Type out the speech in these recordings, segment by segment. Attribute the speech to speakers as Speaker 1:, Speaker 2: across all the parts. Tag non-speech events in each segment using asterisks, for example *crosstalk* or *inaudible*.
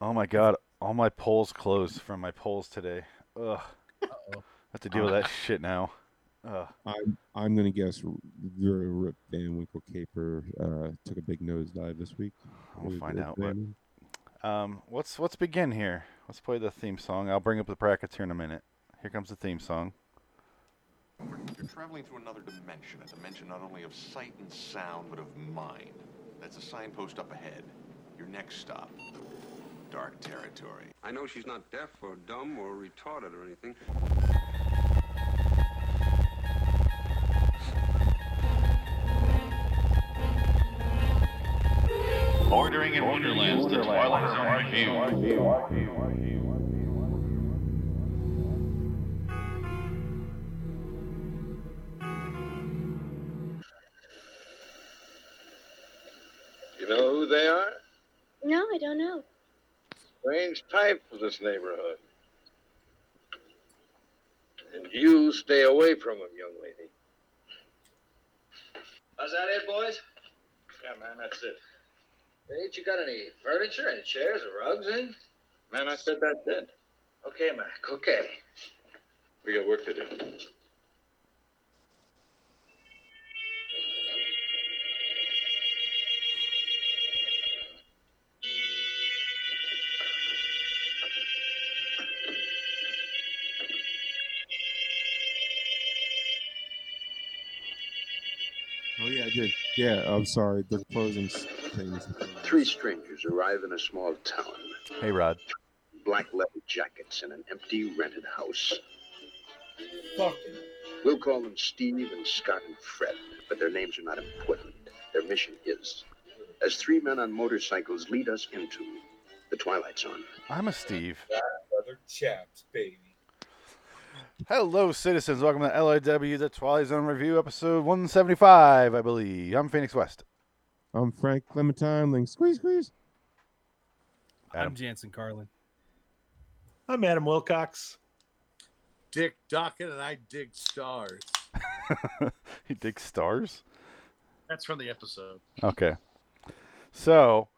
Speaker 1: Oh my god, all my polls closed from my polls today. Ugh. I have to deal with that shit now. Ugh.
Speaker 2: I'm gonna guess R- R- Rip Van Winkle Caper uh, took a big nosedive this week.
Speaker 1: We'll
Speaker 2: with
Speaker 1: find
Speaker 2: Earth
Speaker 1: out. But,
Speaker 2: Band.
Speaker 1: um, let's let's begin here. Let's play the theme song. I'll bring up the brackets here in a minute. Here comes the theme song.
Speaker 3: You're traveling through another dimension, a dimension not only of sight and sound, but of mind. That's a signpost up ahead. Your next stop, dark territory.
Speaker 4: I know she's not deaf or dumb or retarded or anything.
Speaker 5: Bordering in Wonderland's The Twilight Zone Review.
Speaker 6: You know who they are?
Speaker 7: No, I don't know.
Speaker 6: Strange type for this neighborhood. And you stay away from them, young lady.
Speaker 8: How's that it, boys? Yeah, man, that's it.
Speaker 6: Ain't you got any furniture, any chairs or rugs in?
Speaker 8: Man, I said that's it.
Speaker 6: Okay, Mac, okay. We got work to do.
Speaker 2: Oh yeah, I did. Yeah, I'm sorry. The closing s- things.
Speaker 9: Three strangers arrive in a small town,
Speaker 1: Hey Rod.
Speaker 9: black leather jackets in an empty rented house. We'll call them Steve and Scott and Fred, but their names are not important. Their mission is, as three men on motorcycles lead us into the Twilight Zone.
Speaker 1: I'm a Steve.
Speaker 10: Brother chaps, baby.
Speaker 1: Hello, citizens. Welcome to LIW, the Twilight Zone Review, episode 175, I believe. I'm Phoenix West. *laughs*
Speaker 2: I'm Frank Clementine. Link squeeze squeeze.
Speaker 1: Adam.
Speaker 11: I'm Jansen Carlin.
Speaker 10: I'm Adam Wilcox.
Speaker 12: Dick Dockett and I dig stars.
Speaker 1: he digs stars?
Speaker 12: That's from the episode.
Speaker 1: Okay. So,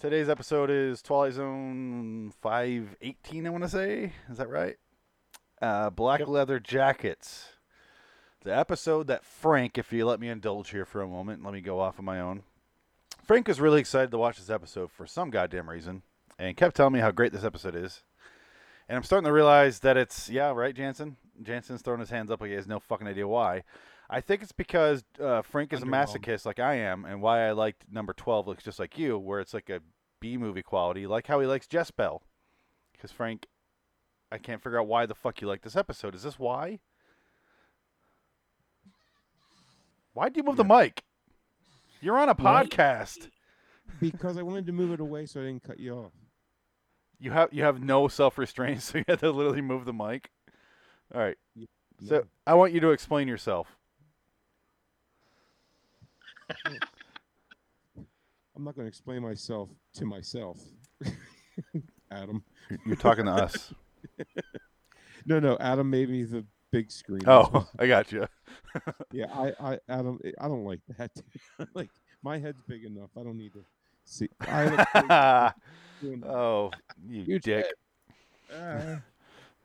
Speaker 1: today's episode is Twilight Zone 518, I want to say. Is that right? Uh, Black Leather Jackets. The episode that Frank, if you let me indulge here for a moment, let me go off on my own. Frank is really excited to watch this episode for some goddamn reason and kept telling me how great this episode is. And I'm starting to realize that it's, yeah, right, Jansen? Jansen's throwing his hands up like he has no fucking idea why. I think it's because uh, Frank is a
Speaker 11: Underwhelmed.
Speaker 1: masochist like I am, and why I liked number 12 looks just like you, where it's like a B movie quality, like how he likes Jess Bell. Because, Frank, I can't figure out why the fuck you like this episode. Is this why? Why'd you move the mic? You're on a
Speaker 2: What?
Speaker 1: podcast.
Speaker 2: Because I wanted to move it away so I didn't cut you off.
Speaker 1: You have you have no self restraint, *laughs* so you had to literally move the mic. All right. So I want you to explain yourself.
Speaker 2: I'm not going to explain myself to myself, *laughs* Adam.
Speaker 1: You're- You're talking *laughs* to us.
Speaker 2: No, no, Adam made me the big screen.
Speaker 1: Oh, I got you. *laughs*
Speaker 2: yeah, I, I, Adam, I don't like that. *laughs* like my head's big enough. I don't need to see. I look
Speaker 1: *laughs*
Speaker 2: big doing that.
Speaker 1: oh, you,
Speaker 2: You
Speaker 1: dick.
Speaker 2: Ah.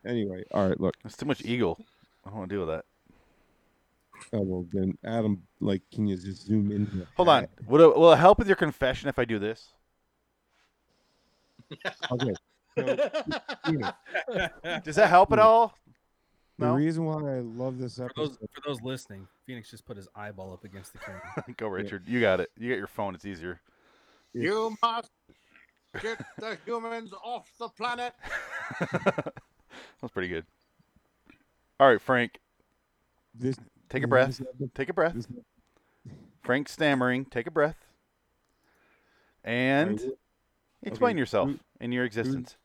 Speaker 2: anyway, all right. Look,
Speaker 1: That's too much eagle. I don't want to deal with that.
Speaker 2: oh, well then, Adam, like, can you just zoom in? Uh, to the
Speaker 1: Hold on.
Speaker 2: hat?
Speaker 1: Will it, will it help with your confession if I do this? *laughs*
Speaker 2: Okay. So, you know,
Speaker 1: Does that help at all? *laughs*
Speaker 2: the
Speaker 1: No?
Speaker 2: reason why I love this
Speaker 11: For those
Speaker 2: episode.
Speaker 11: for those listening, Phoenix just put his eyeball up against
Speaker 12: *laughs*
Speaker 11: the camera.
Speaker 1: Go, Richard. You got it. You got your phone. It's *laughs* easier.
Speaker 2: Yeah.
Speaker 12: You must get the humans off the planet.
Speaker 1: That's pretty good. All right, Frank.
Speaker 2: This
Speaker 1: Take a
Speaker 2: this
Speaker 1: breath.
Speaker 2: epi-
Speaker 1: Take a breath.
Speaker 2: this-
Speaker 1: Frank stammering. Take a breath. And
Speaker 2: Okay. Mm.
Speaker 1: explain yourself
Speaker 2: who-
Speaker 1: and your existence.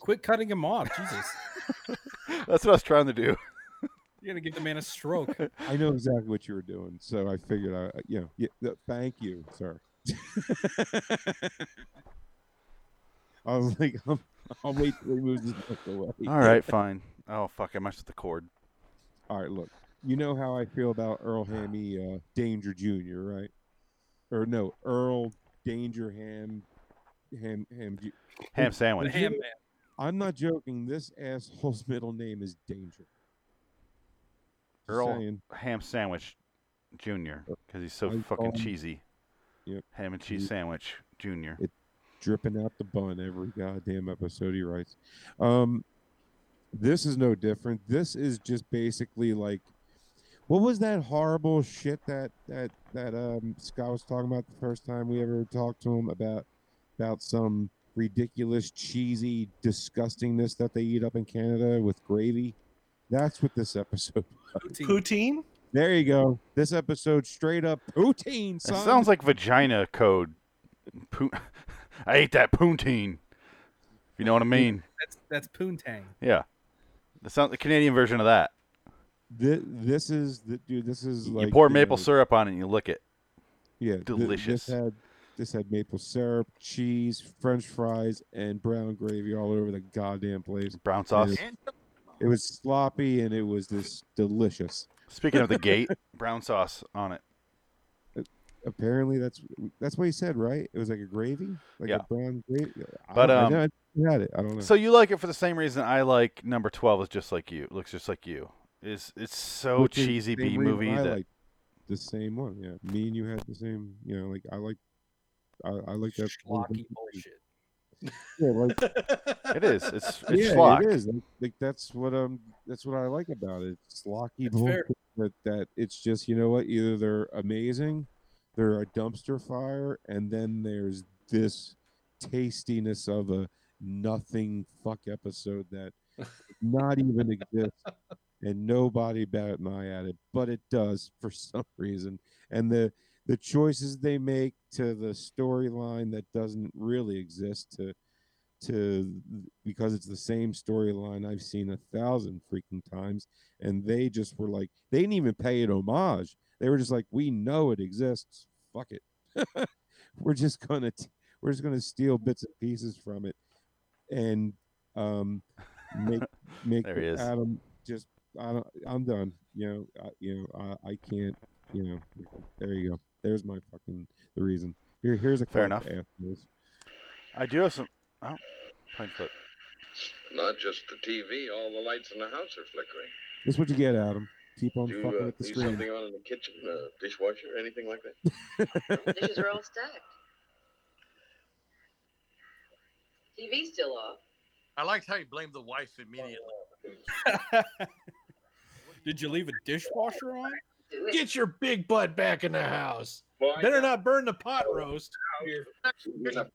Speaker 11: Quit cutting him off, Jesus!
Speaker 1: *laughs*
Speaker 2: Mm.
Speaker 1: That's what I was trying to
Speaker 2: *laughs*
Speaker 1: do.
Speaker 11: You're gonna give the man
Speaker 12: *laughs*
Speaker 11: a stroke.
Speaker 2: I know exactly what you were doing, so I figured I, uh, you know, yeah, th- thank you, sir. *laughs* I was like, *laughs* I'll, I'll wait till he moves his neck away.
Speaker 1: All right, fine. Oh fuck, I messed with the cord.
Speaker 2: all right. Look, you know how I feel about Earl Hammy uh, Danger Jr., right? Or no, Earl Danger Ham ham ham you- *laughs*
Speaker 1: Ham sandwich. The ham
Speaker 2: You- I'm not joking. This asshole's *laughs* middle name is Danger.
Speaker 1: Earl
Speaker 2: saying.
Speaker 1: Ham Sandwich Junior because he's so
Speaker 2: I
Speaker 1: fucking
Speaker 2: call him-
Speaker 1: cheesy.
Speaker 2: Yep.
Speaker 1: Ham and cheese
Speaker 2: He-
Speaker 1: sandwich Junior.
Speaker 2: It dripping out the bun every goddamn episode he writes. Um, this is no different. This is just basically like, what was that horrible shit that that that um Scott was talking about the first time we ever talked to him about about some ridiculous cheesy disgustingness that they eat up in Canada with gravy. That's what this episode. *laughs* was.
Speaker 10: Poutine?
Speaker 2: There you go. This episode straight up poutine.
Speaker 1: It
Speaker 2: Son.
Speaker 1: sounds like vagina code. Poo- *laughs* I ate that poutine. If you know what I mean.
Speaker 11: That's that's
Speaker 12: *laughs*
Speaker 11: poontang.
Speaker 1: Yeah. The sound the Canadian version of that.
Speaker 2: Thi- this is the dude. This is like
Speaker 1: you pour
Speaker 2: the-
Speaker 1: maple syrup on it and you lick it.
Speaker 2: Yeah, thi-
Speaker 1: Delicious.
Speaker 2: this had this had maple syrup, cheese, French fries, and brown gravy all over the goddamn place.
Speaker 1: Brown sauce.
Speaker 2: It, it was sloppy and it was this delicious.
Speaker 1: Speaking
Speaker 2: *laughs*
Speaker 1: of the gate, brown sauce on it.
Speaker 2: Apparently, that's that's what he said, right? It was like a gravy, like
Speaker 1: Yeah.
Speaker 2: a brown gravy. I
Speaker 1: But,
Speaker 2: don't-
Speaker 1: um,
Speaker 2: I, never had it. I don't know.
Speaker 1: So you like it for the same reason I like number twelve is just like you. It looks just like you. It's it's so
Speaker 2: Which is the
Speaker 1: cheesy
Speaker 2: same
Speaker 1: B
Speaker 2: reason
Speaker 1: movie
Speaker 2: I
Speaker 1: that
Speaker 2: like the same one. Yeah, me and you had the same. You know, like I like, I, I like that
Speaker 11: Schlocky bullshit.
Speaker 2: Yeah, like *laughs*
Speaker 1: it is. It's it's
Speaker 2: yeah,
Speaker 1: schlock.
Speaker 2: it is. Like, like, that's what um, that's what I like about it. It's locky bullshit,
Speaker 11: fair.
Speaker 2: but that it's just you know what? Either they're amazing, they're a dumpster fire, and then there's this tastiness of a nothing fuck episode that not even exists, and nobody bat an eye at it, but it does *laughs* for some reason, and the. The choices they make to the storyline that doesn't really exist to to because it's the same storyline I've seen a thousand freaking times, and they just were like they didn't even pay it homage. They were just like, we know it exists. Fuck it, *laughs* we're just gonna t- we're just gonna steal bits and pieces from it, and um,
Speaker 1: *laughs*
Speaker 2: make make
Speaker 1: There he is.
Speaker 2: Adam just I don't I'm done. You know I, you know I, I can't you know there you go. There's my fucking the reason. Here here's a
Speaker 1: Fair
Speaker 2: clock
Speaker 1: enough.
Speaker 2: afterwards.
Speaker 1: I do have some oh plain clip.
Speaker 8: Not just the TV, all the lights in the house are flickering.
Speaker 2: That's what you get, Adam. Keep on
Speaker 8: Do you
Speaker 2: fucking
Speaker 8: uh,
Speaker 2: with the
Speaker 8: leave
Speaker 2: screen.
Speaker 8: something on in the kitchen, uh, dishwasher, anything like that?
Speaker 7: Dishes are all stacked. TV's still off.
Speaker 12: I liked how you blamed the wife immediately.
Speaker 11: Did you leave a dishwasher on?
Speaker 12: Get your big butt back in the house.
Speaker 10: Well, I
Speaker 12: Better not burn the pot roast.
Speaker 10: You're-
Speaker 12: You're not-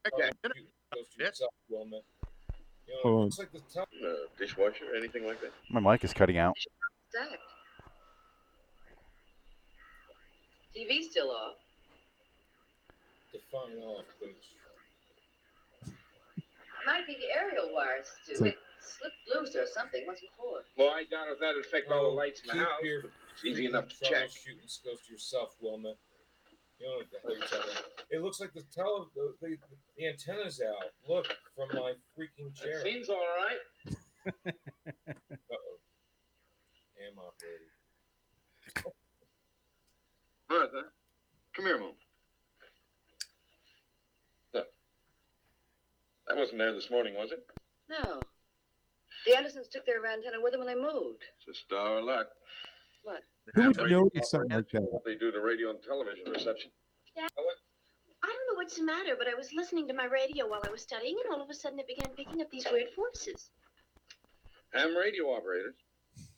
Speaker 2: Hold on.
Speaker 10: It's like the top-
Speaker 8: Uh, dishwasher, anything like that?
Speaker 1: My mic is cutting out.
Speaker 7: Stacked. TV's still off.
Speaker 10: Define off, please.
Speaker 7: Might be the aerial wires,
Speaker 2: So-
Speaker 7: stupid. Slipped loose or something once before.
Speaker 8: Well, I doubt if that'd affect all the lights in the
Speaker 10: Keep
Speaker 8: house.
Speaker 10: your
Speaker 8: but It's easy enough to check.
Speaker 10: troubleshooting skills to yourself, Wilma. You know what the hell you're talking about. It looks like the tele the, the, the antenna's out. Look from my freaking chair.
Speaker 8: It seems all right.
Speaker 10: Uh oh. Am operating.
Speaker 8: Martha, come here a moment. Look. That wasn't there this morning, was it?
Speaker 7: No. The Andersons took their antenna with them when they moved.
Speaker 8: It's just our luck.
Speaker 7: What?
Speaker 2: Who would notice something like that?
Speaker 8: They do the radio and television reception.
Speaker 7: I don't know what's the matter, but I was listening to my radio while I was studying, and all of a sudden it began picking up these weird voices.
Speaker 8: Ham radio operators.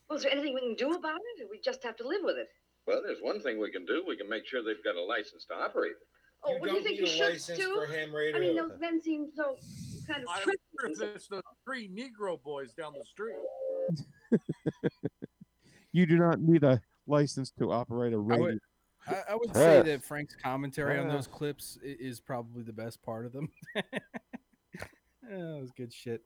Speaker 7: Well, is there anything we can do about it, or we just have to live with it?
Speaker 8: Well, there's one thing we can do. We can make sure they've got a license to operate it.
Speaker 7: Oh,
Speaker 10: you
Speaker 7: what do
Speaker 10: don't
Speaker 7: you think
Speaker 10: need
Speaker 7: you
Speaker 10: a
Speaker 7: should
Speaker 10: license
Speaker 7: do?
Speaker 10: for ham
Speaker 7: I mean,
Speaker 10: radio.
Speaker 7: those men seem so kind of
Speaker 12: I'm sure
Speaker 7: tricky.
Speaker 12: if it's the three Negro boys down the street.
Speaker 2: You do not need a license to operate a radio.
Speaker 11: would- I, I would say
Speaker 1: Yes.
Speaker 11: that Frank's commentary on those
Speaker 1: Yes.
Speaker 11: clips i- is probably the best part of them. *laughs* Yeah, that was good shit.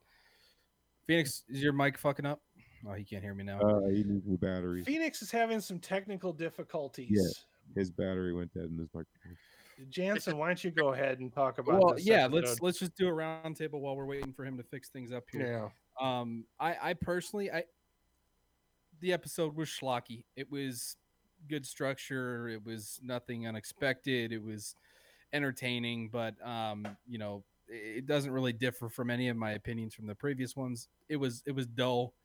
Speaker 11: Phoenix, is your mic fucking up? Oh, he can't hear me now.
Speaker 2: Uh, he needs new batteries.
Speaker 10: Phoenix is having some technical difficulties.
Speaker 2: His battery went dead in his microphone.
Speaker 10: Jansen, why don't you go ahead and talk about
Speaker 11: well,
Speaker 10: this
Speaker 11: yeah, let's
Speaker 10: episode?
Speaker 11: let's just do a round table while we're waiting for him to fix things up here.
Speaker 10: yeah.
Speaker 11: Um, I, I personally, I the episode was schlocky. It was good structure. It was nothing unexpected. It was entertaining, but um, you know, it doesn't really differ from any of my opinions from the previous ones. It was it was dull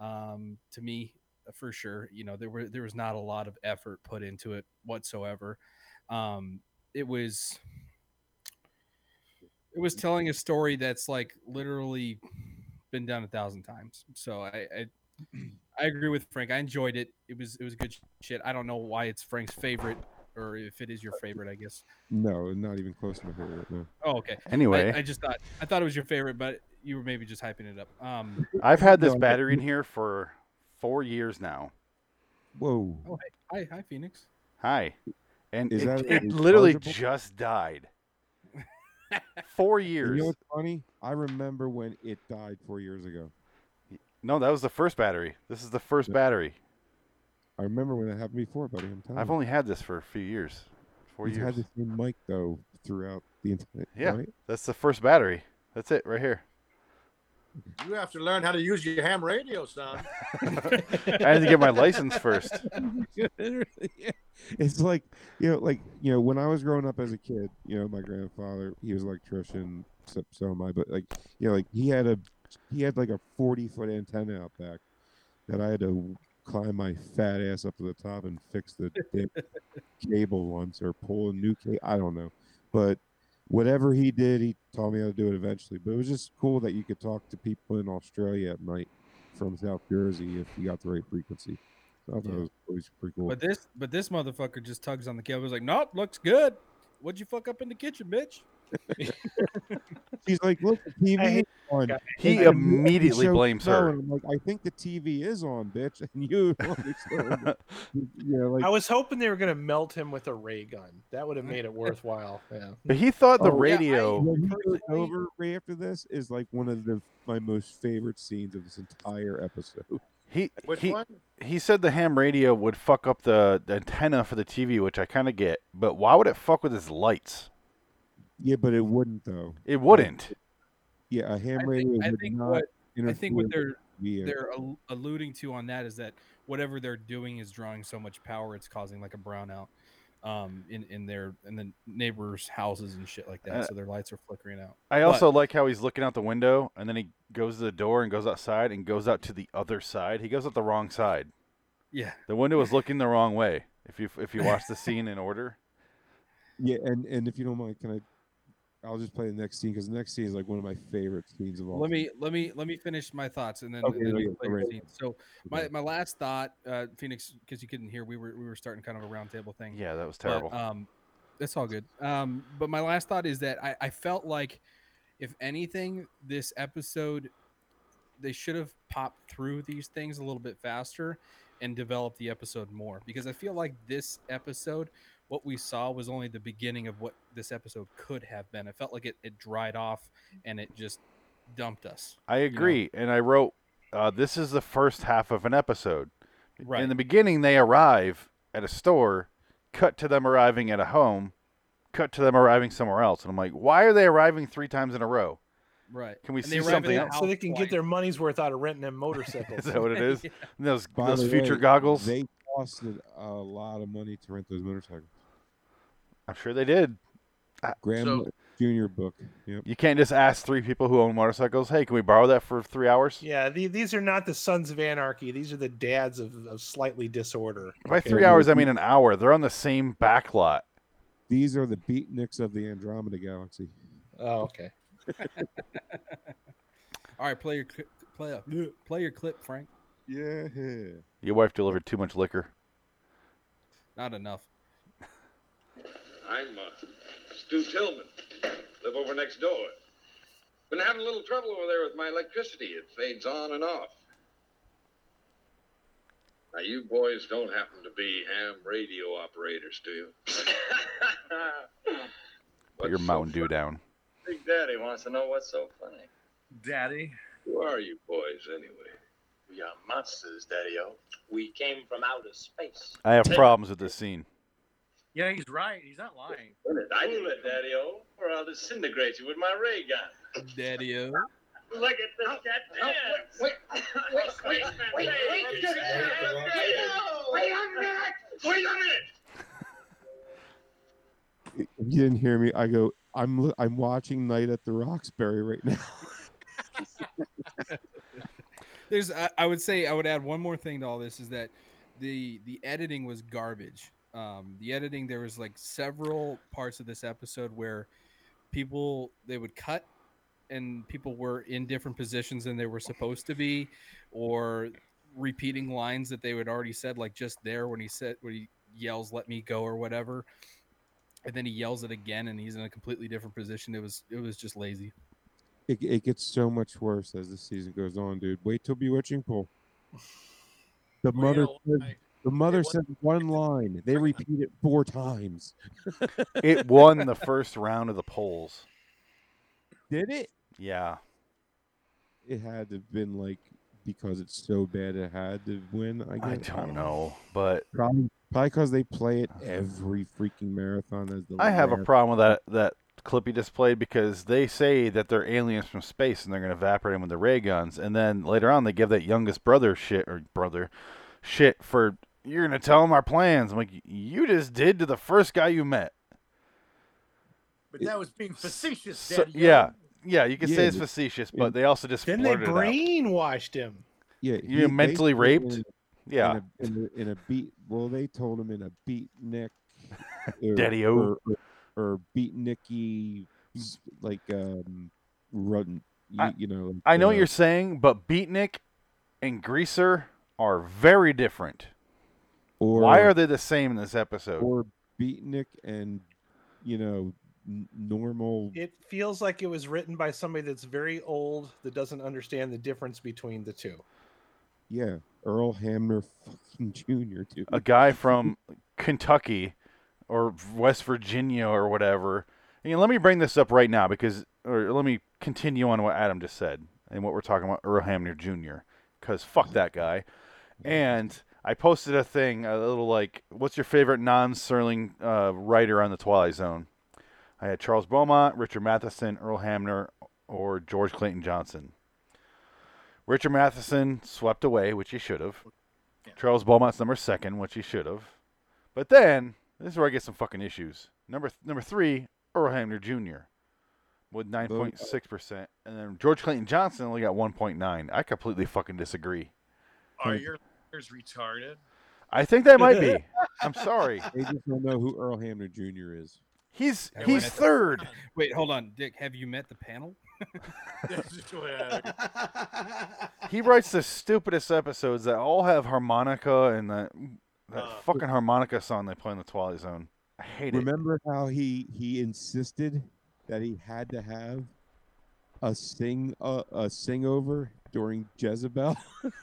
Speaker 11: um, to me for sure. You know, there were there was not a lot of effort put into it whatsoever. Um, it was it was telling a story that's like literally been done a thousand times. So I, I I agree with Frank. I enjoyed it. It was it was good shit. I don't know why it's Frank's favorite or if it is your favorite, I guess.
Speaker 2: No, not even close to my favorite. No.
Speaker 11: Oh, okay.
Speaker 1: Anyway.
Speaker 11: I, I just thought I thought it was your favorite, but you were maybe just hyping it up. Um,
Speaker 1: I've had this battery in here for four years now.
Speaker 2: Whoa.
Speaker 11: Oh, hi, hi, hi, Phoenix.
Speaker 1: Hi. And *laughs*
Speaker 2: Is
Speaker 1: it,
Speaker 2: that
Speaker 1: it
Speaker 2: a
Speaker 1: literally
Speaker 2: rechargeable?
Speaker 1: just
Speaker 11: *laughs*
Speaker 1: died. four
Speaker 2: You
Speaker 1: years.
Speaker 2: know what's funny? I remember when it died four years ago.
Speaker 1: No, that was the first battery. This is the first
Speaker 2: Yeah.
Speaker 1: battery.
Speaker 2: I remember when it happened before, buddy. I'm telling
Speaker 1: I've
Speaker 2: you.
Speaker 1: only had this for a few years. Four
Speaker 2: Oh. He's
Speaker 1: years.
Speaker 2: had the same mic though throughout the internet.
Speaker 1: yeah.
Speaker 7: *laughs*
Speaker 10: *laughs*
Speaker 2: right?
Speaker 1: That's the first battery. That's it right here.
Speaker 12: You have to learn how to use your ham radio, son.
Speaker 1: I had to get my license first.
Speaker 2: *laughs* It's like you know, like you know, when I was growing up as a kid, you know, my grandfather he was an electrician, so, so am I. But like you know, like he had a he had like a forty foot antenna out back that I had to climb my fat ass up to the top and fix the damn cable once or pull a new cable. I don't know, but whatever he did, he taught me how to do it eventually. But it was just cool that you could talk to people in Australia at night from South Jersey if you got the right frequency. So I thought it was always pretty cool.
Speaker 11: But this but this motherfucker just tugs on the cable. He's like, nope, looks good. What'd you fuck up in the kitchen, bitch?
Speaker 2: He's like, look, the TV is on.
Speaker 1: He
Speaker 2: And I'm like,
Speaker 1: immediately
Speaker 2: "So-
Speaker 1: blames
Speaker 2: so,"
Speaker 1: her.
Speaker 2: *laughs* and I'm like, I think the TV is on, bitch, *laughs* and you.
Speaker 1: *laughs*
Speaker 2: yeah, like,
Speaker 13: I was hoping they were going to melt him with a ray gun. That would have made
Speaker 11: *laughs*
Speaker 13: it worthwhile. Yeah.
Speaker 1: But he thought the
Speaker 2: Oh, yeah, I-
Speaker 1: radio.
Speaker 2: When he goes over right after this is like one of the my most favorite scenes of this entire episode. *laughs*
Speaker 1: He
Speaker 12: Which
Speaker 1: he,
Speaker 12: one?
Speaker 1: he said the ham radio would fuck up the, the antenna for the TV, which I kind of get. But why would it fuck with his lights?
Speaker 2: Yeah, but it wouldn't though.
Speaker 1: It wouldn't.
Speaker 2: Yeah, a ham
Speaker 11: I
Speaker 2: radio
Speaker 11: think, I
Speaker 2: would
Speaker 11: think
Speaker 2: not
Speaker 11: what I
Speaker 2: interfere
Speaker 11: think what
Speaker 2: with
Speaker 11: they're
Speaker 2: the TV.
Speaker 11: they're al- alluding to on that is that whatever they're doing is drawing so much power it's causing like a brownout um in in their in the neighbors' houses and shit like that.
Speaker 1: Uh,
Speaker 11: so their lights are flickering out.
Speaker 1: I
Speaker 11: But-
Speaker 1: also like how he's looking out the window and then he goes to the door and goes outside and goes out to the other side. He goes out the wrong side.
Speaker 11: yeah.
Speaker 1: The window was looking the wrong way. If you if you watch the scene in order,
Speaker 2: Yeah, and and if you don't mind, can I? I'll just play the next scene because the next scene is like one of my favorite scenes of all.
Speaker 11: Let me let me let me finish my thoughts and then,
Speaker 2: Okay,
Speaker 11: and then
Speaker 2: okay,
Speaker 11: you play your
Speaker 2: alright.
Speaker 11: scene. So my, my last thought, uh, Phoenix, because you couldn't hear, we were we were starting kind of a roundtable thing.
Speaker 1: yeah, that was
Speaker 11: But,
Speaker 1: terrible.
Speaker 11: um, that's all good. Um, but my last thought is that I, I felt like, if anything, this episode, they should have popped through these things a little bit faster and developed the episode more because I feel like this episode, what we saw was only the beginning of what this episode could have been. I felt like it, it dried off and it just dumped us.
Speaker 1: I agree, and I wrote, uh, "This is the first half of an episode."
Speaker 11: Right.
Speaker 1: In the beginning, they arrive at a store, cut to them arriving at a home, cut to them arriving somewhere else, and I'm like, "Why are they arriving three times in a row?" *laughs*
Speaker 11: Right.
Speaker 1: Can we
Speaker 13: And
Speaker 1: see
Speaker 13: they arrive at
Speaker 1: something
Speaker 13: that-
Speaker 1: else?
Speaker 13: So they can get their money's worth out of renting them
Speaker 1: *laughs*
Speaker 13: motorcycles.
Speaker 1: Is that what it
Speaker 11: *laughs*
Speaker 1: is? And Those
Speaker 2: By
Speaker 1: those
Speaker 2: the
Speaker 1: future
Speaker 2: way,
Speaker 1: goggles.
Speaker 2: They costed a lot of money to rent those motorcycles.
Speaker 1: I'm sure they did. I-
Speaker 2: Graham Junior book. Yep.
Speaker 1: You can't just ask three people who own motorcycles, "Hey, can we borrow that for three hours?"
Speaker 13: Yeah, the, these are not the sons of anarchy. These are the dads of, of slightly
Speaker 11: *laughs*
Speaker 13: disorder.
Speaker 1: By three hours, I mean an hour. They're on the same back lot.
Speaker 2: These are the beatniks of the Andromeda Galaxy.
Speaker 13: Oh, okay.
Speaker 11: All right, play your cli- play a, play your clip, Frank.
Speaker 2: Yeah.
Speaker 1: Your wife delivered too much liquor.
Speaker 11: Not enough.
Speaker 8: I'm uh, Stu Tillman. Live over next door. Been having a little trouble over there with my electricity. It fades on and off. Now, you boys don't happen to be ham radio operators, do you?
Speaker 1: Put your Mountain Dew down.
Speaker 8: Big Daddy wants to know what's so funny.
Speaker 14: Daddy.
Speaker 8: Who are you boys, anyway?
Speaker 14: We are monsters, Daddy-O. We came from outer space.
Speaker 1: I have problems with this scene.
Speaker 14: Yeah, he's right. He's not lying.
Speaker 8: Cool it, Daddy-O, or I'll disintegrate you with my ray gun.
Speaker 11: Daddy-O.
Speaker 14: Look at this cat
Speaker 8: Oh, Wait, wait, *laughs* wait, wait, wait,
Speaker 14: Wait a minute! Wait a minute!
Speaker 2: If you didn't hear me, I go, I'm li- I'm watching Night at the Roxbury right now. *laughs*
Speaker 11: There's, I, I would say, I would add one more thing to all this is that the the editing was garbage. Um, the editing there was like several parts of this episode where people they would cut and people were in different positions than they were supposed to be, or repeating lines that they had already said, like just there when he said when he yells "Let me go" or whatever, and then he yells it again and he's in a completely different position. It was it was just lazy.
Speaker 2: It, it gets so much worse as the season goes on, dude. Wait till Bewitching Pool. The
Speaker 12: Well, you
Speaker 2: mother,
Speaker 12: know,
Speaker 2: said, the mother
Speaker 12: wasn't
Speaker 2: said one line. They repeat it four times.
Speaker 1: It won the first round of the polls.
Speaker 2: Did it?
Speaker 1: Yeah.
Speaker 2: It had to have been like because it's so bad. It had to win. I
Speaker 1: I
Speaker 2: guess.
Speaker 1: don't know, but
Speaker 2: Probably because they play it every freaking marathon as the.
Speaker 1: I have a
Speaker 2: last-
Speaker 1: problem with that that clip he displayed because they say that they're aliens from space and they're going to evaporate them with the ray guns, and then later on they give that youngest brother shit or brother shit for you're going to tell them our plans. I'm like, you just did to the first guy you met.
Speaker 12: But that was being facetious.
Speaker 1: So,
Speaker 12: Daddy-o.
Speaker 1: yeah, yeah, you can
Speaker 2: Yeah,
Speaker 1: say it's
Speaker 2: but-
Speaker 1: facetious,
Speaker 2: yeah.
Speaker 1: but they also just
Speaker 13: Then they
Speaker 1: blurted it out.
Speaker 13: brainwashed him.
Speaker 2: Yeah,
Speaker 1: You're
Speaker 2: they
Speaker 1: mentally
Speaker 2: told
Speaker 1: raped?
Speaker 2: him
Speaker 1: Yeah.
Speaker 2: in a, in a, in a beat. Well, they told him in a beat
Speaker 1: *laughs*
Speaker 2: neck, or,
Speaker 1: Daddy-o.
Speaker 2: or, or, or beat nicky, like um, run. You,
Speaker 1: I-
Speaker 2: you know, like,
Speaker 1: I know
Speaker 2: uh,
Speaker 1: what you're saying, but Beatnik and Greaser are very different.
Speaker 2: Or,
Speaker 1: Why are they the same in this episode?
Speaker 2: or beatnik and you know n- normal?
Speaker 13: It feels like it was written by somebody that's very old that doesn't understand the difference between
Speaker 15: *laughs*
Speaker 13: the two. *laughs*
Speaker 2: Yeah, Earl Hamner fucking *laughs* Jr. Dude.
Speaker 1: a guy from Kentucky or West Virginia or whatever. And let me bring this up right now because, or let me continue on what Adam just said and what we're talking about Earl Hamner Jr. Because fuck that guy. And I posted a thing, a little like, what's your favorite non Serling uh, writer on the Twilight Zone? I had Charles Beaumont, Richard Matheson, Earl Hamner, or George Clayton Johnson. Richard Matheson swept away, which he should have. Charles Beaumont's number second, which he should have. But then this is where I get some fucking issues. Number th- number three, Earl Hamner Jr. with nine point six percent, and then George Clayton Johnson only got one point nine. I completely fucking disagree.
Speaker 15: Are your lawyers retarded?
Speaker 1: I think that might be. I'm sorry.
Speaker 2: They just don't know who Earl Hamner Jr. is.
Speaker 1: He's
Speaker 11: Have you
Speaker 1: he's
Speaker 11: met the-
Speaker 1: third.
Speaker 11: Wait, hold on, Dick. Have you met the panel?
Speaker 1: He writes the stupidest episodes that all have harmonica and that that
Speaker 15: Uh.
Speaker 1: fucking harmonica song they play in the Twilight Zone. I hate it.
Speaker 2: Remember how he he insisted that he had to have a sing uh, a sing over during Jezebel *laughs*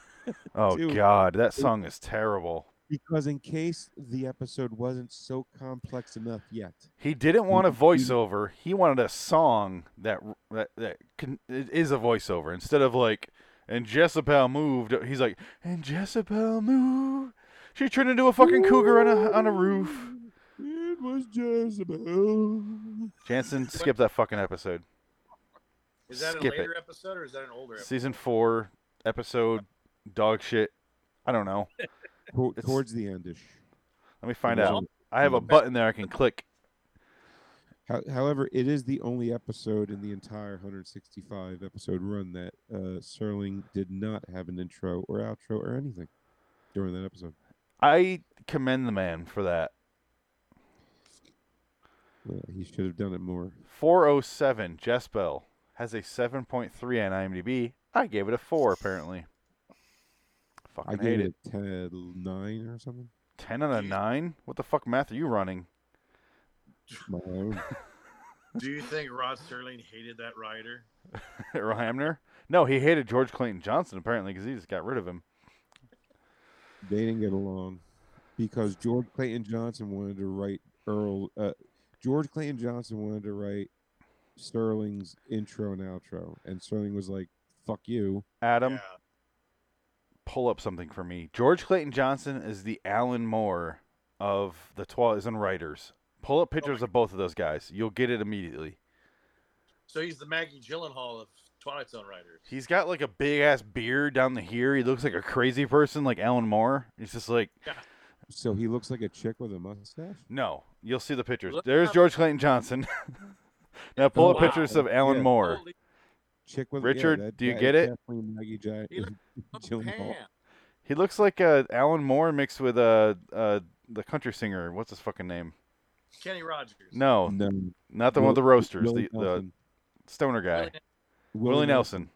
Speaker 1: Oh
Speaker 2: Dude,
Speaker 1: god, that
Speaker 2: it-
Speaker 1: song is terrible.
Speaker 2: because in case the episode wasn't so complex enough yet.
Speaker 1: He didn't want a
Speaker 2: Mhm. You-
Speaker 1: voiceover. He wanted a song that that, that can, it is a voiceover instead of like. And Jezebel moved. He's like, and Jezebel moved. She turned into a fucking cougar on a on a roof.
Speaker 2: It was Jezebel.
Speaker 1: Jansen, skip that fucking episode.
Speaker 15: Is that
Speaker 1: Skip
Speaker 15: a
Speaker 1: it.
Speaker 15: later episode or is that an older episode?
Speaker 1: Season four, episode dog shit. I don't know.
Speaker 2: To-
Speaker 1: It's-
Speaker 2: towards the endish.
Speaker 1: Let me find
Speaker 2: was
Speaker 1: out.
Speaker 2: on-
Speaker 1: I have a button there I can click.
Speaker 2: How, however, it is the only episode in the entire 165 episode run that uh, Serling did not have an intro or outro or anything during that episode.
Speaker 1: I commend the man for that.
Speaker 2: Yeah, he should have done it more.
Speaker 1: 407 Jezebel has a 7.3 on IMDb. I gave it a 4 apparently. Fucking
Speaker 2: I
Speaker 1: hate
Speaker 2: gave
Speaker 1: it.
Speaker 2: it a 10, 9 or something.
Speaker 1: 10 out of 9? What the fuck math are you running? *laughs*
Speaker 2: My own.
Speaker 15: Do you think Rod Sterling hated that writer?
Speaker 1: Earl Hamner? No, he hated George Clinton Johnson apparently because he just got rid of him.
Speaker 2: they didn't get along because George Clayton Johnson wanted to write Earl. Uh, George Clayton Johnson wanted to write Sterling's intro and outro, and Sterling was like, "Fuck you."
Speaker 1: Adam, pull up something for me. George Clayton Johnson is the Alan Moore of the Twilight Zone writers. Pull up
Speaker 2: Oh
Speaker 1: pictures of both of those guys. You'll get it immediately.
Speaker 15: So he's the Maggie Gyllenhaal of Twilight Zone writers.
Speaker 1: He's got like a big ass beard down to here. He looks like a crazy person, like Alan Moore. He's just like,
Speaker 2: So he looks like a chick with a mustache.
Speaker 1: no. You'll see the pictures.
Speaker 15: Look
Speaker 1: There's
Speaker 15: up-
Speaker 1: George Clayton Johnson. *laughs* Now pull up
Speaker 2: Wow.
Speaker 1: pictures of Alan
Speaker 2: Yeah.
Speaker 1: Moore.
Speaker 2: Chick with yeah,
Speaker 1: Richard,
Speaker 2: that-
Speaker 1: do you
Speaker 2: that
Speaker 1: get
Speaker 2: is
Speaker 1: it?
Speaker 2: Definitely Maggie Gi- is *laughs* Gyllenhaal.
Speaker 1: He looks like uh, Alan Moore mixed with uh, uh, the country singer. What's his fucking name?
Speaker 15: Kenny Rogers.
Speaker 1: No,
Speaker 2: No.
Speaker 1: not the one
Speaker 2: Will-
Speaker 1: with the roasters.
Speaker 2: Willie
Speaker 1: Oh, the
Speaker 2: Nelson.
Speaker 1: the stoner guy,
Speaker 2: Willie
Speaker 1: Willie,
Speaker 2: Nelson.
Speaker 1: Nelson.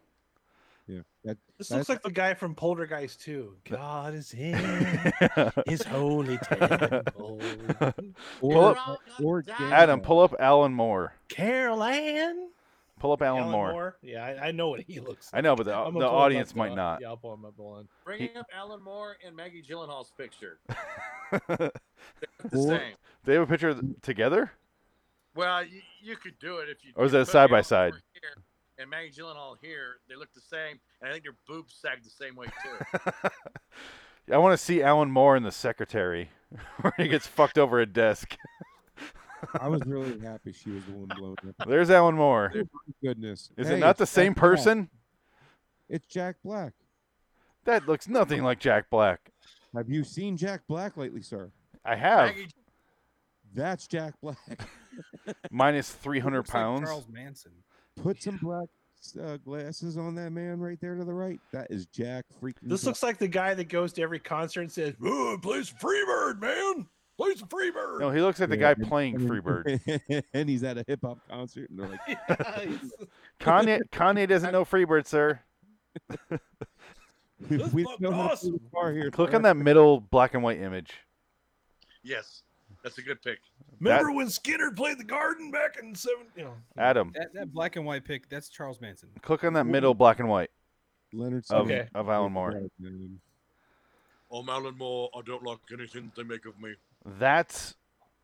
Speaker 2: Yeah. That,
Speaker 13: This
Speaker 2: that's-
Speaker 13: looks like the guy from Poltergeist too. God is in
Speaker 2: *laughs*
Speaker 13: his holy temple.
Speaker 1: Pull up-
Speaker 2: or
Speaker 1: *laughs* Adam, pull up Alan Moore.
Speaker 13: Carol Ann.
Speaker 1: Pull up Alan,
Speaker 13: Alan
Speaker 1: Moore.
Speaker 13: Yeah, I, I know what he looks like.
Speaker 1: I know, but the,
Speaker 13: I'm
Speaker 1: the
Speaker 13: gonna pull him up,
Speaker 1: audience might
Speaker 13: uh,
Speaker 1: not.
Speaker 13: Yeah, I'll pull him up. Hold on.
Speaker 15: Bringing up Alan Moore and Maggie Gyllenhaal's picture.
Speaker 1: Or-
Speaker 15: same.
Speaker 1: *laughs* They have a picture th- together,
Speaker 15: Well, you, you could do it if you.
Speaker 1: or is
Speaker 15: you
Speaker 1: that
Speaker 15: put
Speaker 1: side by
Speaker 15: Alan
Speaker 1: side?
Speaker 15: Moore here And Maggie Gyllenhaal here, they look the same, and I think their boobs sag the same way too.
Speaker 1: I want to see Alan Moore in the secretary, *laughs* where he gets fucked over a desk. *laughs*
Speaker 2: I was really happy she was the one blowing up.
Speaker 1: There's Alan Moore.
Speaker 2: Oh, my goodness.
Speaker 1: Is
Speaker 2: Hey,
Speaker 1: it not
Speaker 2: it's
Speaker 1: the
Speaker 2: Jack
Speaker 1: same
Speaker 2: Black.
Speaker 1: person?
Speaker 2: It's Jack Black.
Speaker 1: That looks nothing like Jack Black.
Speaker 2: Have you seen Jack Black lately, sir?
Speaker 1: I have
Speaker 15: Maggie,
Speaker 2: That's Jack Black.
Speaker 1: *laughs* minus 300 pounds.
Speaker 11: Manson.
Speaker 2: Put some black uh, glasses on that man right there to the right. That is Jack freaking.
Speaker 13: *laughs* This looks like the guy that goes to every concert and says, "Ooh, play some Freebird, man. Play some Freebird." *laughs*
Speaker 1: no, he looks like the
Speaker 2: Yeah,
Speaker 1: guy playing
Speaker 2: *laughs*
Speaker 1: Freebird.
Speaker 2: Black. and he's at a hip hop concert, and they're like,
Speaker 1: *laughs* Kanye, Kanye doesn't know Freebird, sir.
Speaker 2: "We, we don't know how to play the guitar here."
Speaker 1: Click
Speaker 2: sir."
Speaker 1: on that middle black and white image.
Speaker 15: yes, that's a good pick.
Speaker 13: Remember
Speaker 1: That-
Speaker 13: when Skinner played the Garden back in seven? You know,
Speaker 1: Adam,
Speaker 11: That, that black and white pick, that's Charles Manson.
Speaker 1: click on that middle black and white
Speaker 2: Leonard.
Speaker 1: of,
Speaker 2: Skinner.
Speaker 1: of Alan Moore.
Speaker 15: I'm Alan Moore. I don't like anything they make of me.
Speaker 1: That's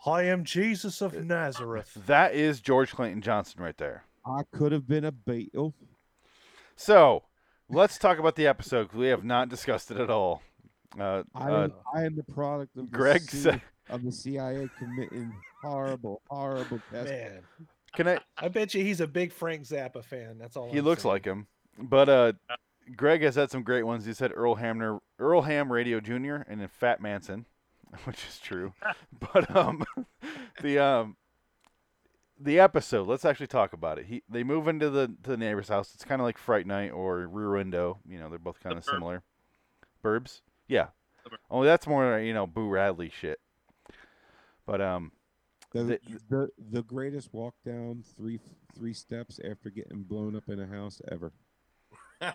Speaker 13: I am Jesus of
Speaker 1: *laughs*
Speaker 13: Nazareth.
Speaker 1: that is George Clinton Johnson right there.
Speaker 2: I could have been a Beatle.
Speaker 1: So let's talk about the episode 'cause we have not discussed it at all. Uh,
Speaker 2: I,
Speaker 1: uh,
Speaker 2: am, I am the product of the
Speaker 1: Greg
Speaker 2: C-
Speaker 1: said-
Speaker 2: of the CIA committing horrible, horrible pest.
Speaker 13: Man,
Speaker 1: can I?
Speaker 13: I bet you he's a big Frank Zappa fan. That's all.
Speaker 1: He
Speaker 13: I'm
Speaker 1: looks
Speaker 13: saying.
Speaker 1: like him, but uh, Greg has had some great ones. He said Earl Hamner, Earl Ham Radio Jr., and then Fat Manson, *laughs* which is true. but um, *laughs* the um, the episode. Let's actually talk about it. He they move into the to the neighbor's house. It's kind of like Fright Night or Rear Window. You know, they're both kind of
Speaker 15: Burbs.
Speaker 1: similar. Burbs, yeah. Only that's more you know Boo Radley shit. But um,
Speaker 2: The,
Speaker 1: The-
Speaker 2: the the greatest walk down three three steps after getting blown up in a house ever.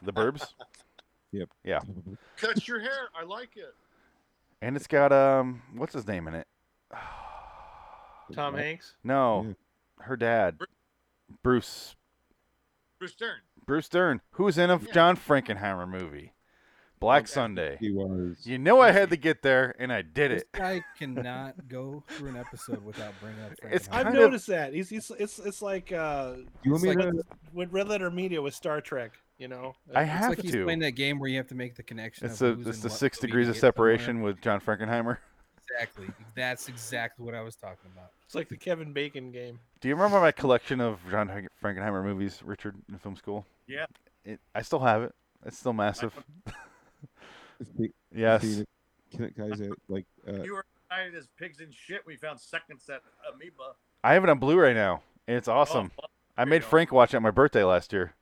Speaker 1: the Burbs,
Speaker 2: Yep.
Speaker 1: yeah.
Speaker 15: Cut your hair. I like it.
Speaker 1: And it's got um, what's his name in it? *sighs*
Speaker 13: Tom Hanks.
Speaker 1: No, her dad, Bruce
Speaker 15: Bruce Dern.
Speaker 1: Bruce Dern, who's in a
Speaker 15: Yeah.
Speaker 1: John Frankenheimer movie, Black Sunday.
Speaker 2: He was.
Speaker 1: You know I had to get there, and I did
Speaker 11: This
Speaker 1: it.
Speaker 11: guy cannot go through an episode without bringing
Speaker 1: *laughs*
Speaker 11: up.
Speaker 1: It's
Speaker 11: Frankenheimer.
Speaker 13: I've
Speaker 1: kind of-
Speaker 13: noticed that. He's, he's it's it's like uh,
Speaker 2: You
Speaker 13: it's
Speaker 2: want me
Speaker 13: like
Speaker 2: to?
Speaker 13: when Red Letter Media was Star Trek. You know,
Speaker 1: I
Speaker 11: It's
Speaker 1: have
Speaker 11: like he's
Speaker 1: to.
Speaker 11: playing that game where you have to make the connection.
Speaker 1: It's
Speaker 11: of
Speaker 1: the
Speaker 11: who's
Speaker 1: it's
Speaker 11: in
Speaker 1: the
Speaker 11: what
Speaker 1: six
Speaker 11: movie to
Speaker 1: degree degrees of
Speaker 11: get somewhere.
Speaker 1: separation with John Frankenheimer.
Speaker 11: Exactly. That's exactly what I was talking about.
Speaker 13: it's like the Kevin Bacon game.
Speaker 1: Do you remember my collection of John Frank- Frankenheimer movies, Richard, in film school?
Speaker 15: Yeah.
Speaker 1: It, I still have it. It's still massive.
Speaker 2: Can
Speaker 1: *laughs* Yes.
Speaker 2: I, can I say like uh,
Speaker 15: You were excited as pigs and shit. We found seconds at Amoeba.
Speaker 1: I have it on Blu-ray now, and it's awesome.
Speaker 15: Oh,
Speaker 1: I
Speaker 15: you
Speaker 1: made
Speaker 15: go.
Speaker 1: Frank watch it at my birthday last year.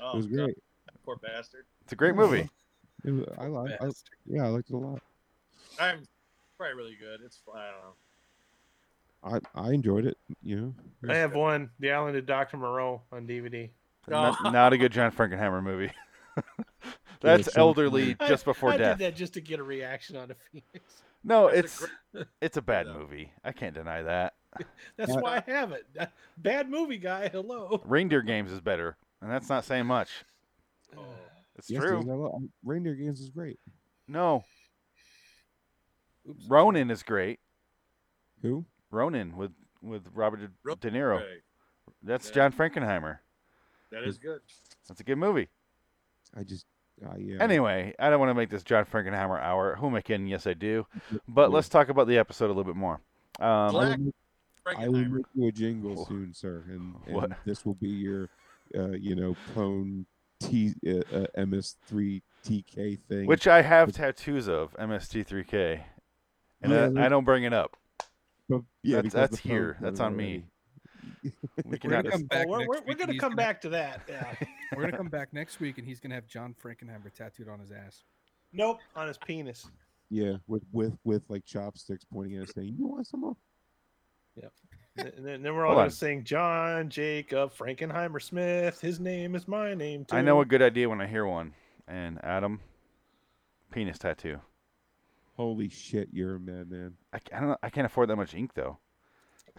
Speaker 15: oh,
Speaker 2: it was
Speaker 15: God,
Speaker 2: great.
Speaker 15: Poor bastard.
Speaker 1: It's a great
Speaker 2: Yeah.
Speaker 1: movie.
Speaker 2: It was, I, li- I
Speaker 11: Bastard.
Speaker 2: yeah, I liked it a lot.
Speaker 15: I'm probably really good. It's I don't know.
Speaker 2: I I enjoyed it. You know.
Speaker 13: I have one, The Island of Doctor Moreau, on DVD. Oh.
Speaker 1: Not, not a good John Frankenheimer movie.
Speaker 2: *laughs*
Speaker 1: That's
Speaker 2: John
Speaker 1: elderly
Speaker 13: I-
Speaker 1: just before
Speaker 13: I
Speaker 1: death.
Speaker 13: did that just to get a reaction out of Phoenix. *laughs*
Speaker 1: No,
Speaker 15: That's
Speaker 1: it's
Speaker 15: a
Speaker 1: it's a bad
Speaker 15: though.
Speaker 1: movie. I can't deny that.
Speaker 13: That's
Speaker 2: Yeah.
Speaker 13: why I have it. Bad movie guy. Hello.
Speaker 1: Reindeer Games is better, and that's not saying much.
Speaker 15: Oh,
Speaker 1: It's
Speaker 2: Yes,
Speaker 1: true.
Speaker 2: there's a lot- Reindeer Games is great.
Speaker 1: No,
Speaker 11: Oops.
Speaker 1: Ronin is great.
Speaker 2: Who?
Speaker 1: Ronin with with Robert De,
Speaker 15: Ronin,
Speaker 1: De Niro.
Speaker 15: Great.
Speaker 1: That's
Speaker 15: yeah.
Speaker 1: John Frankenheimer.
Speaker 15: That is good.
Speaker 1: That's a good movie.
Speaker 2: I just. I uh, yeah.
Speaker 1: Anyway, I don't want to make this John Frankenheimer hour. Who am I kidding? Yes, I do. But
Speaker 2: Yeah.
Speaker 1: let's talk about the episode a little bit more. Um,
Speaker 2: I will, make, I will
Speaker 15: Frankenheimer.
Speaker 2: make you a jingle
Speaker 1: Cool.
Speaker 2: soon, sir, and, and
Speaker 1: What?
Speaker 2: this will be your, uh, you know, pwn T uh, uh, MS3 TK thing.
Speaker 1: which I have tattoos of MST3K, and
Speaker 2: Yeah,
Speaker 1: I, I
Speaker 2: that's-
Speaker 1: don't bring it up.
Speaker 2: *laughs* But, yeah,
Speaker 1: that's
Speaker 2: because
Speaker 1: that's
Speaker 2: the pwn
Speaker 1: here.
Speaker 2: got
Speaker 1: That's
Speaker 2: it
Speaker 1: on
Speaker 2: already.
Speaker 1: me. We
Speaker 11: We're gonna
Speaker 1: have
Speaker 11: come
Speaker 1: this-
Speaker 11: back.
Speaker 13: Oh, we're-
Speaker 11: next
Speaker 13: we're-
Speaker 11: week
Speaker 13: we're gonna
Speaker 11: and he's
Speaker 13: come back to that,
Speaker 11: *laughs*
Speaker 13: yeah.
Speaker 11: we're gonna come back next week, and he's gonna have John Frankenheimer tattooed on his ass.
Speaker 13: Nope, on his penis.
Speaker 2: Yeah, with with with like chopsticks pointing at us saying, "You want some more?"
Speaker 13: Yep. And then, then we're all
Speaker 1: Hold
Speaker 13: going
Speaker 1: on.
Speaker 13: to sing John Jacob Frankenheimer Smith. His name is my name too.
Speaker 1: I know a good idea when I hear one. And Adam, penis tattoo.
Speaker 2: Holy shit, you're a madman.
Speaker 1: I, c- I don't. know- I can't afford that much ink though.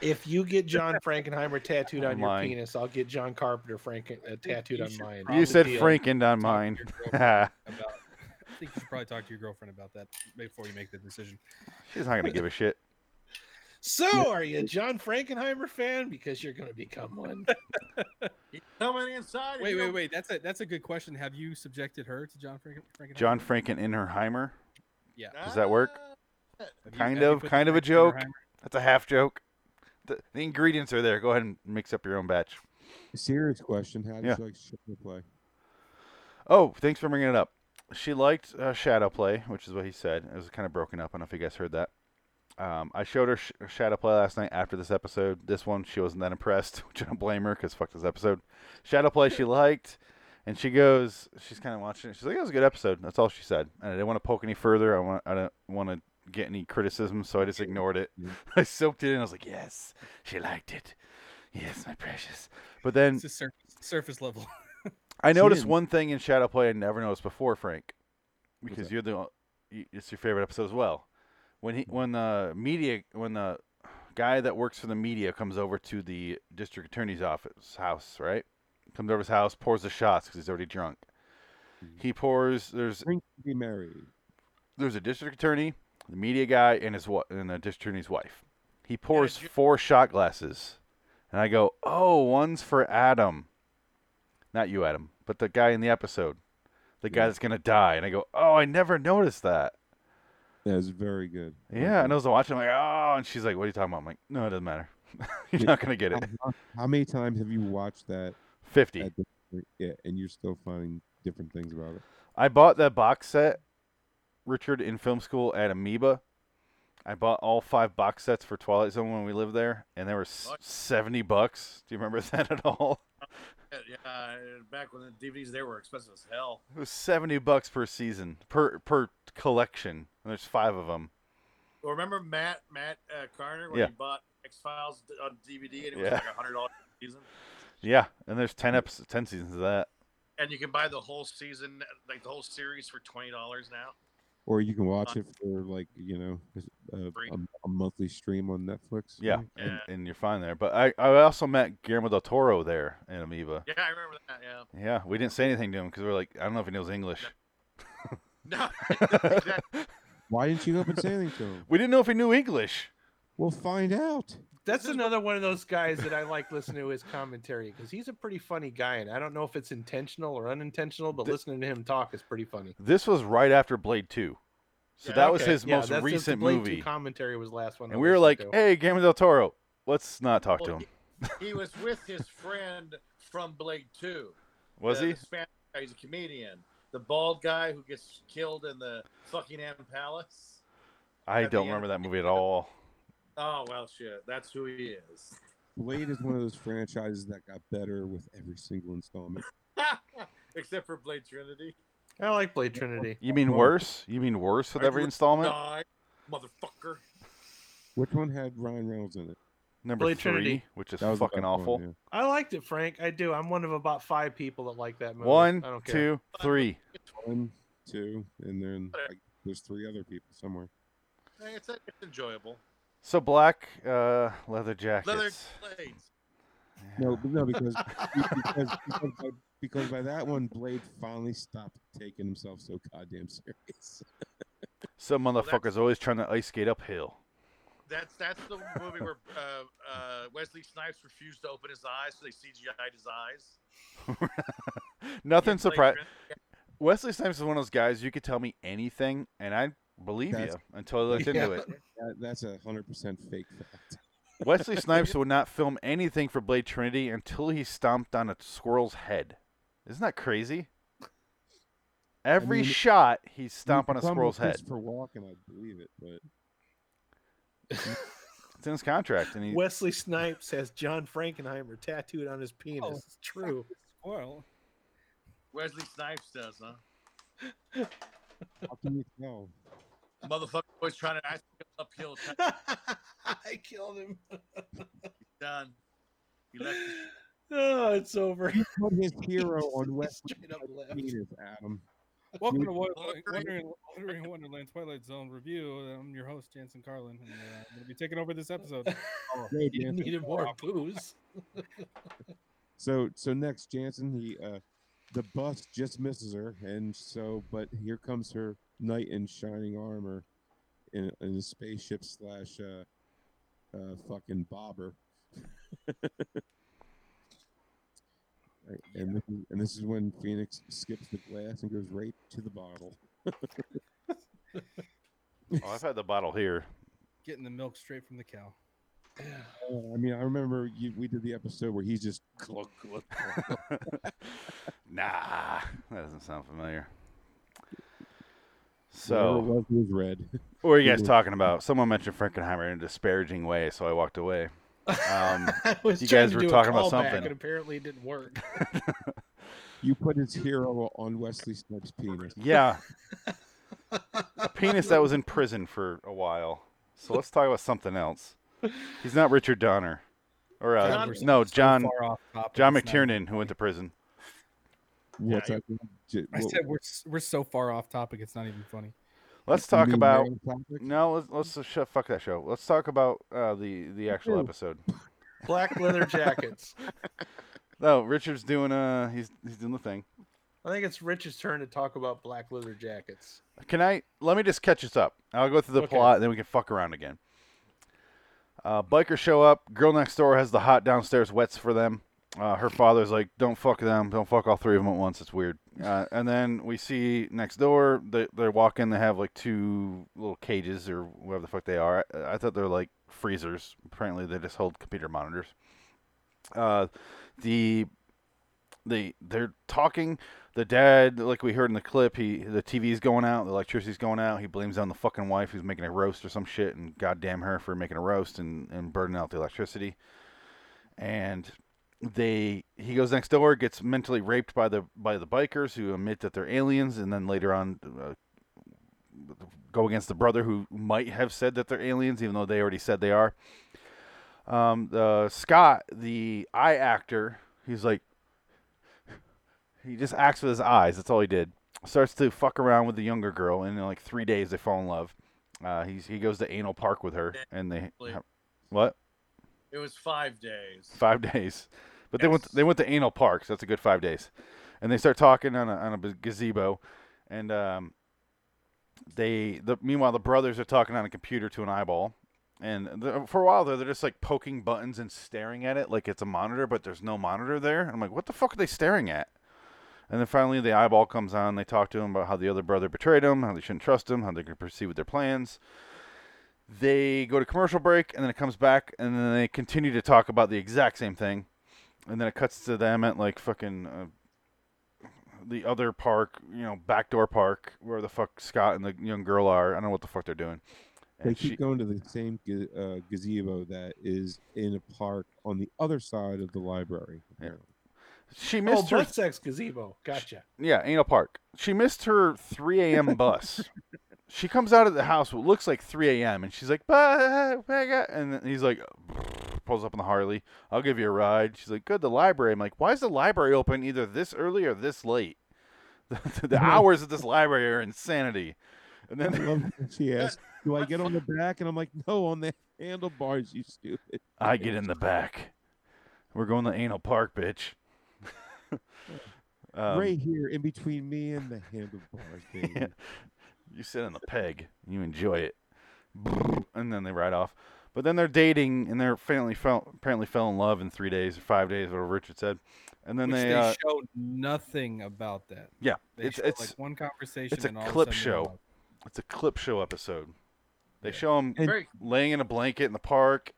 Speaker 13: If you get John Frankenheimer tattooed on
Speaker 1: I'm
Speaker 13: your
Speaker 1: lying.
Speaker 13: penis, I'll get John Carpenter Franken uh, tattooed
Speaker 11: you
Speaker 13: on
Speaker 11: should
Speaker 13: mine.
Speaker 1: You said Franken on mine.
Speaker 11: About, I think you should probably talk to your girlfriend about that before you make the decision.
Speaker 1: *laughs* She's
Speaker 2: *laughs*
Speaker 1: not gonna give a shit.
Speaker 13: So, are you a John Frankenheimer fan? Because you're going to become one.
Speaker 12: Coming
Speaker 15: *laughs*
Speaker 12: inside.
Speaker 11: Wait, wait, wait. That's a that's a good question. Have you subjected her to John Franken? Frankenheimer?
Speaker 1: John Franken in her Heimer.
Speaker 11: Yeah.
Speaker 1: Does that work?
Speaker 11: Have you- have
Speaker 1: Kind
Speaker 11: you
Speaker 1: of.
Speaker 11: put the
Speaker 1: Kind of a
Speaker 11: Frankenheimer-
Speaker 1: joke. That's a half joke. The, the ingredients are there. Go ahead and mix up your own batch.
Speaker 2: Serious question. How did
Speaker 1: Yeah.
Speaker 2: you like Shadow Play?
Speaker 1: Oh, thanks for bringing it up. She liked uh, Shadow Play, which is what he said. It was kind of broken up. I don't know if you guys heard that. Um, I showed her sh- Shadow Play last night after this episode. This one, she wasn't that impressed, *laughs* which I don't blame her because fuck this episode. Shadow Play, she liked, and she goes, she's kind of watching it. She's like, it was a good episode. That's all she said. And I didn't want to poke any further. I want, I don't want to get any criticism, so I just ignored it. *laughs* I soaked it in. I was like, yes, she liked it. Yes, my precious. But then
Speaker 11: It's a surface, surface level. *laughs*
Speaker 1: I
Speaker 2: She
Speaker 1: noticed
Speaker 2: didn't-
Speaker 1: one thing in Shadow Play I never noticed before, Frank, because
Speaker 2: that?
Speaker 1: you're the o- y- it's your favorite episode as well. When he when the media when the guy that works for the media comes over to the district attorney's office house, right? Comes over his house, pours the shots because he's already drunk. He pours. There's
Speaker 2: Drink to be merry.
Speaker 1: there's a district attorney, the media guy, and his what and the district attorney's wife. He pours four shot glasses, and I go, "Oh, one's for Adam, not you, Adam, but the guy in the episode, the guy that's gonna die." And I go, "Oh, I never noticed that."
Speaker 2: That is very good.
Speaker 1: Yeah, and I was watching, I'm like, "Oh," and she's like, "What are you talking about?" I'm like, "No, it doesn't matter. *laughs* You're not gonna get
Speaker 2: *laughs*
Speaker 1: it."
Speaker 2: How, how many times have you watched that?
Speaker 1: Fifty.
Speaker 2: at this point? yeah, and you're still finding different things about it.
Speaker 1: I bought that box set, Richard, in film school at Amoeba. I bought all five box sets for Twilight Zone when we lived there, and they were s- seventy bucks. Do you remember *laughs* that at all?
Speaker 15: Yeah, uh, back when the DVDs there were expensive as hell.
Speaker 1: It was seventy bucks per season, per per collection. And there's five of them.
Speaker 15: Well, Remember Matt Matt uh, Carner when
Speaker 1: Yeah.
Speaker 15: he bought X Files on DVD and it was
Speaker 1: Yeah.
Speaker 15: like a hundred dollars a season,
Speaker 1: Yeah, and there's ten episodes, ten seasons of that.
Speaker 15: and you can buy the whole season, like the whole series, for twenty dollars now.
Speaker 2: Or you can watch it for like you know a, a, a monthly stream on Netflix.
Speaker 1: Yeah,
Speaker 2: right?
Speaker 1: and, and you're fine there. But I, I also met Guillermo del Toro there in Amoeba.
Speaker 15: Yeah, I remember that. Yeah.
Speaker 1: Yeah, we didn't say anything to him because we were like, I don't know if he knows English.
Speaker 15: No.
Speaker 2: Why didn't you go up and say anything to him?
Speaker 1: we didn't know if he knew English.
Speaker 2: We'll find out.
Speaker 13: That's another one of those guys that I like listening to his commentary because he's a pretty funny guy, and I don't know if it's intentional or unintentional, but listening to him talk is pretty funny.
Speaker 1: This was right after Blade Two, so
Speaker 13: Yeah,
Speaker 1: that was
Speaker 13: okay.
Speaker 1: his
Speaker 13: Yeah,
Speaker 1: most
Speaker 13: that's- that's the
Speaker 1: recent
Speaker 13: Blade 2
Speaker 1: movie.
Speaker 13: Commentary was the last one, I
Speaker 1: and we were
Speaker 13: listened
Speaker 1: like,
Speaker 13: to.
Speaker 1: "Hey, Guillermo del Toro, let's not *laughs* talk to
Speaker 15: Well,
Speaker 1: him."
Speaker 15: *laughs* He was with his friend from Blade Two.
Speaker 1: Was
Speaker 15: the,
Speaker 1: he?
Speaker 15: the Spanish guy, he's a comedian. The bald guy who gets killed in the Buckingham Palace.
Speaker 1: I don't
Speaker 15: at the end-
Speaker 1: remember that movie at all.
Speaker 15: Oh well, shit. That's who he is. *laughs*
Speaker 2: Blade is one of those franchises that got better with every single installment.
Speaker 15: Except for Blade Trinity.
Speaker 13: I like Blade Trinity.
Speaker 1: You mean
Speaker 2: Well-
Speaker 1: worse? You mean worse with
Speaker 15: I
Speaker 1: every
Speaker 15: would
Speaker 1: installment?
Speaker 15: die, motherfucker.
Speaker 2: Which one had Ryan Reynolds in it?
Speaker 1: Number
Speaker 13: Blade
Speaker 1: three,
Speaker 13: Trinity.
Speaker 1: which is
Speaker 2: That was the
Speaker 1: fucking
Speaker 2: best one,
Speaker 1: awful.
Speaker 2: yeah.
Speaker 13: I liked it, Frank. I do. I'm one of about five people that like that movie.
Speaker 1: One,
Speaker 13: I don't care.
Speaker 1: two,
Speaker 13: *laughs*
Speaker 1: three.
Speaker 2: One, two, and then like, there's three other people somewhere.
Speaker 15: Hey, It's, it's enjoyable.
Speaker 1: So black uh, leather jackets.
Speaker 15: Leather blades.
Speaker 2: No, but no, *laughs* because because because by, because by that one, Blade finally stopped taking himself so goddamn serious.
Speaker 1: Some
Speaker 15: that's-
Speaker 1: motherfuckers always trying to ice skate uphill. *laughs*
Speaker 15: That's that's the movie where uh, uh, Wesley Snipes refused to open his eyes, so they CGI'd his eyes.
Speaker 1: Nothing
Speaker 15: Blade
Speaker 1: surprising.
Speaker 15: Trinity.
Speaker 1: Wesley Snipes is one of those guys you could tell me anything and I believe
Speaker 2: That's-
Speaker 1: you until I
Speaker 13: *laughs*
Speaker 1: looked into it.
Speaker 2: That, that's a hundred percent fake fact.
Speaker 1: Wesley Snipes would not film anything for Blade Trinity until he stomped on a squirrel's head. Isn't that crazy? Every
Speaker 2: mean,
Speaker 1: shot, he stomp on a
Speaker 2: Some
Speaker 1: squirrel's head.
Speaker 2: Christopher Walken, I believe it, but
Speaker 1: It's in his contract, and he
Speaker 13: Wesley Snipes has John Frankenheimer tattooed on his penis.
Speaker 11: Oh.
Speaker 13: It's true.
Speaker 1: "Eh."
Speaker 11: Well,
Speaker 15: Wesley Snipes does, huh?
Speaker 2: How can you tell?
Speaker 15: Motherfucker always trying to ice him uphill.
Speaker 13: *laughs* I killed him.
Speaker 15: Done. He left. his-
Speaker 13: *laughs* Oh, it's over.
Speaker 2: Put
Speaker 1: *laughs*
Speaker 2: his hero on Wesley
Speaker 13: Straight up left.
Speaker 2: Penis, Adam.
Speaker 11: welcome to
Speaker 2: You-
Speaker 11: Wo- Wondering, Wondering Wonderland Twilight Zone review. I'm your host Jansen Carlin, and uh, I'm going to be taking over this
Speaker 13: *laughs*
Speaker 11: episode.
Speaker 2: Hey,
Speaker 13: You
Speaker 2: Jansen.
Speaker 13: needed more booze.
Speaker 2: So so next Jansen, he uh the bus just misses her and so but here comes her knight in shining armor in, in a spaceship slash uh uh fucking
Speaker 1: *laughs*
Speaker 2: bobber. Right, And this, is, and this is when Phoenix skips the glass and goes right to the bottle.
Speaker 1: Oh, I've had the bottle here. *laughs*
Speaker 11: Getting the milk straight from the cow.
Speaker 2: Uh, I mean, I remember you, we did the episode where he's just cluck, cluck, cluck.
Speaker 1: Nah, that doesn't sound familiar.
Speaker 2: Whatever it
Speaker 1: *laughs* So,
Speaker 2: was, he was red. *laughs*
Speaker 1: what were you guys
Speaker 2: He was-
Speaker 1: talking about? Someone mentioned Frankenheimer in a disparaging way, so I walked away. Um,
Speaker 13: *laughs* I was
Speaker 1: you
Speaker 13: trying
Speaker 1: guys
Speaker 13: to
Speaker 1: were
Speaker 13: do a
Speaker 1: talking about
Speaker 13: callback,
Speaker 1: something.
Speaker 13: and apparently it didn't work.
Speaker 2: You put his hero on Wesley Snipes' penis.
Speaker 1: Yeah. a penis that was in prison for a while. So let's talk about something else. He's not Richard Donner. Or uh,
Speaker 11: God, we're
Speaker 1: no,
Speaker 11: so
Speaker 1: John
Speaker 11: far off topic,
Speaker 1: John
Speaker 11: it's not-
Speaker 1: McTiernan who went to prison.
Speaker 2: What's up? J-
Speaker 11: I
Speaker 2: what-
Speaker 11: said we're s- we're so far off topic. It's not even funny.
Speaker 1: Let's
Speaker 2: You
Speaker 1: talk
Speaker 2: mean
Speaker 1: about
Speaker 2: main topic?
Speaker 1: No, let's let's just shut, fuck that show. Let's talk about uh, the the actual
Speaker 2: do.
Speaker 1: episode.
Speaker 13: *laughs* Black
Speaker 1: *laughs*
Speaker 13: leather jackets.
Speaker 1: No, Oh, Richard's doing uh he's he's doing the thing.
Speaker 13: I think it's Rich's turn to talk about black leather jackets.
Speaker 1: Can I let me just catch us up? I'll go through the
Speaker 13: Okay.
Speaker 1: plot and then we can fuck around again. Uh, bikers show up. Girl next door has the hot downstairs wets for them. Uh, her father's like, "Don't fuck them. Don't fuck all three of them at once. It's weird." Uh, and then we see next door. They they walk in. They have like two little cages or whatever the fuck they are. I, I thought they're like freezers. Apparently, they just hold computer monitors. Uh, the they they're talking. The dad, like we heard in the clip, he the TV's going out, the electricity's going out. He blames it on the fucking wife who's making a roast or some shit, and goddamn her for making a roast and and burning out the electricity. And they he goes next door, gets mentally raped by the by the bikers who admit that they're aliens, and then later on. Uh, Go against the brother who might have said that they're aliens, even though they already said they are. Um, the Scott, the eye actor, he's like, he just acts with his eyes. That's all he did. Starts to fuck around with the younger girl, and in like three days they fall in love. Uh, he's he goes to anal park with her, and they
Speaker 15: Wait.
Speaker 1: have, what
Speaker 15: It was five days.
Speaker 1: five *laughs* days, but they went they went to anal park, so that's a good five days, and they start talking on a on a gazebo, and um, they the meanwhile the brothers are talking on a computer to an eyeball, and the, for a while there they're just like poking buttons and staring at it like it's a monitor, but there's no monitor there. I'm like, what the fuck are they staring at? And then finally, the eyeball comes on. They talk to him about how the other brother betrayed him, how they shouldn't trust him, how they can proceed with their plans. They go to commercial break, and then it comes back, and then they continue to talk about the exact same thing. And then it cuts to them at like fucking uh, the other park, you know, backdoor park, where the fuck Scott and the young girl are. I don't know what the fuck they're doing.
Speaker 2: They
Speaker 1: And
Speaker 2: keep
Speaker 1: she,
Speaker 2: going to the same ga- uh, gazebo that is in a park on the other side of the library. apparently.
Speaker 1: she
Speaker 13: Oh,
Speaker 1: missed her.
Speaker 13: butt sex gazebo. Gotcha.
Speaker 1: Yeah, anal park. She missed her 3 a.m. bus.
Speaker 13: *laughs*
Speaker 1: she comes out of the house. What looks like 3 a.m. and she's like, "Bah, I got-" and then he's like, pulls up on the Harley. I'll give you a ride. She's like, good. The library. I'm like, why is the library open either this early or this late? *laughs* The,
Speaker 13: *laughs*
Speaker 1: the hours at this library are insanity. And
Speaker 2: I
Speaker 1: then
Speaker 2: love
Speaker 1: *laughs*
Speaker 2: when she asks, "Do I get on the back?" And I'm like, "No, on the handlebars, you stupid."
Speaker 1: I get in the back. We're going to anal park, bitch. *laughs* Um,
Speaker 2: right here, in between me and the handlebars. *laughs* baby.
Speaker 1: You sit on the peg. You enjoy it. *laughs* And then they ride off. But then they're dating, and they're apparently fell, apparently fell in love in three days or five days, whatever Richard said. And then
Speaker 11: Which
Speaker 1: they,
Speaker 11: they,
Speaker 1: uh,
Speaker 11: show nothing about that.
Speaker 1: yeah,
Speaker 11: They
Speaker 1: it's
Speaker 11: show,
Speaker 1: it's
Speaker 11: like one conversation.
Speaker 1: it's a
Speaker 11: and all of
Speaker 1: clip
Speaker 11: sudden they're in
Speaker 1: show.
Speaker 11: love.
Speaker 1: It's a clip show episode. They show him
Speaker 2: And-
Speaker 15: Very-
Speaker 1: laying in a blanket in the park,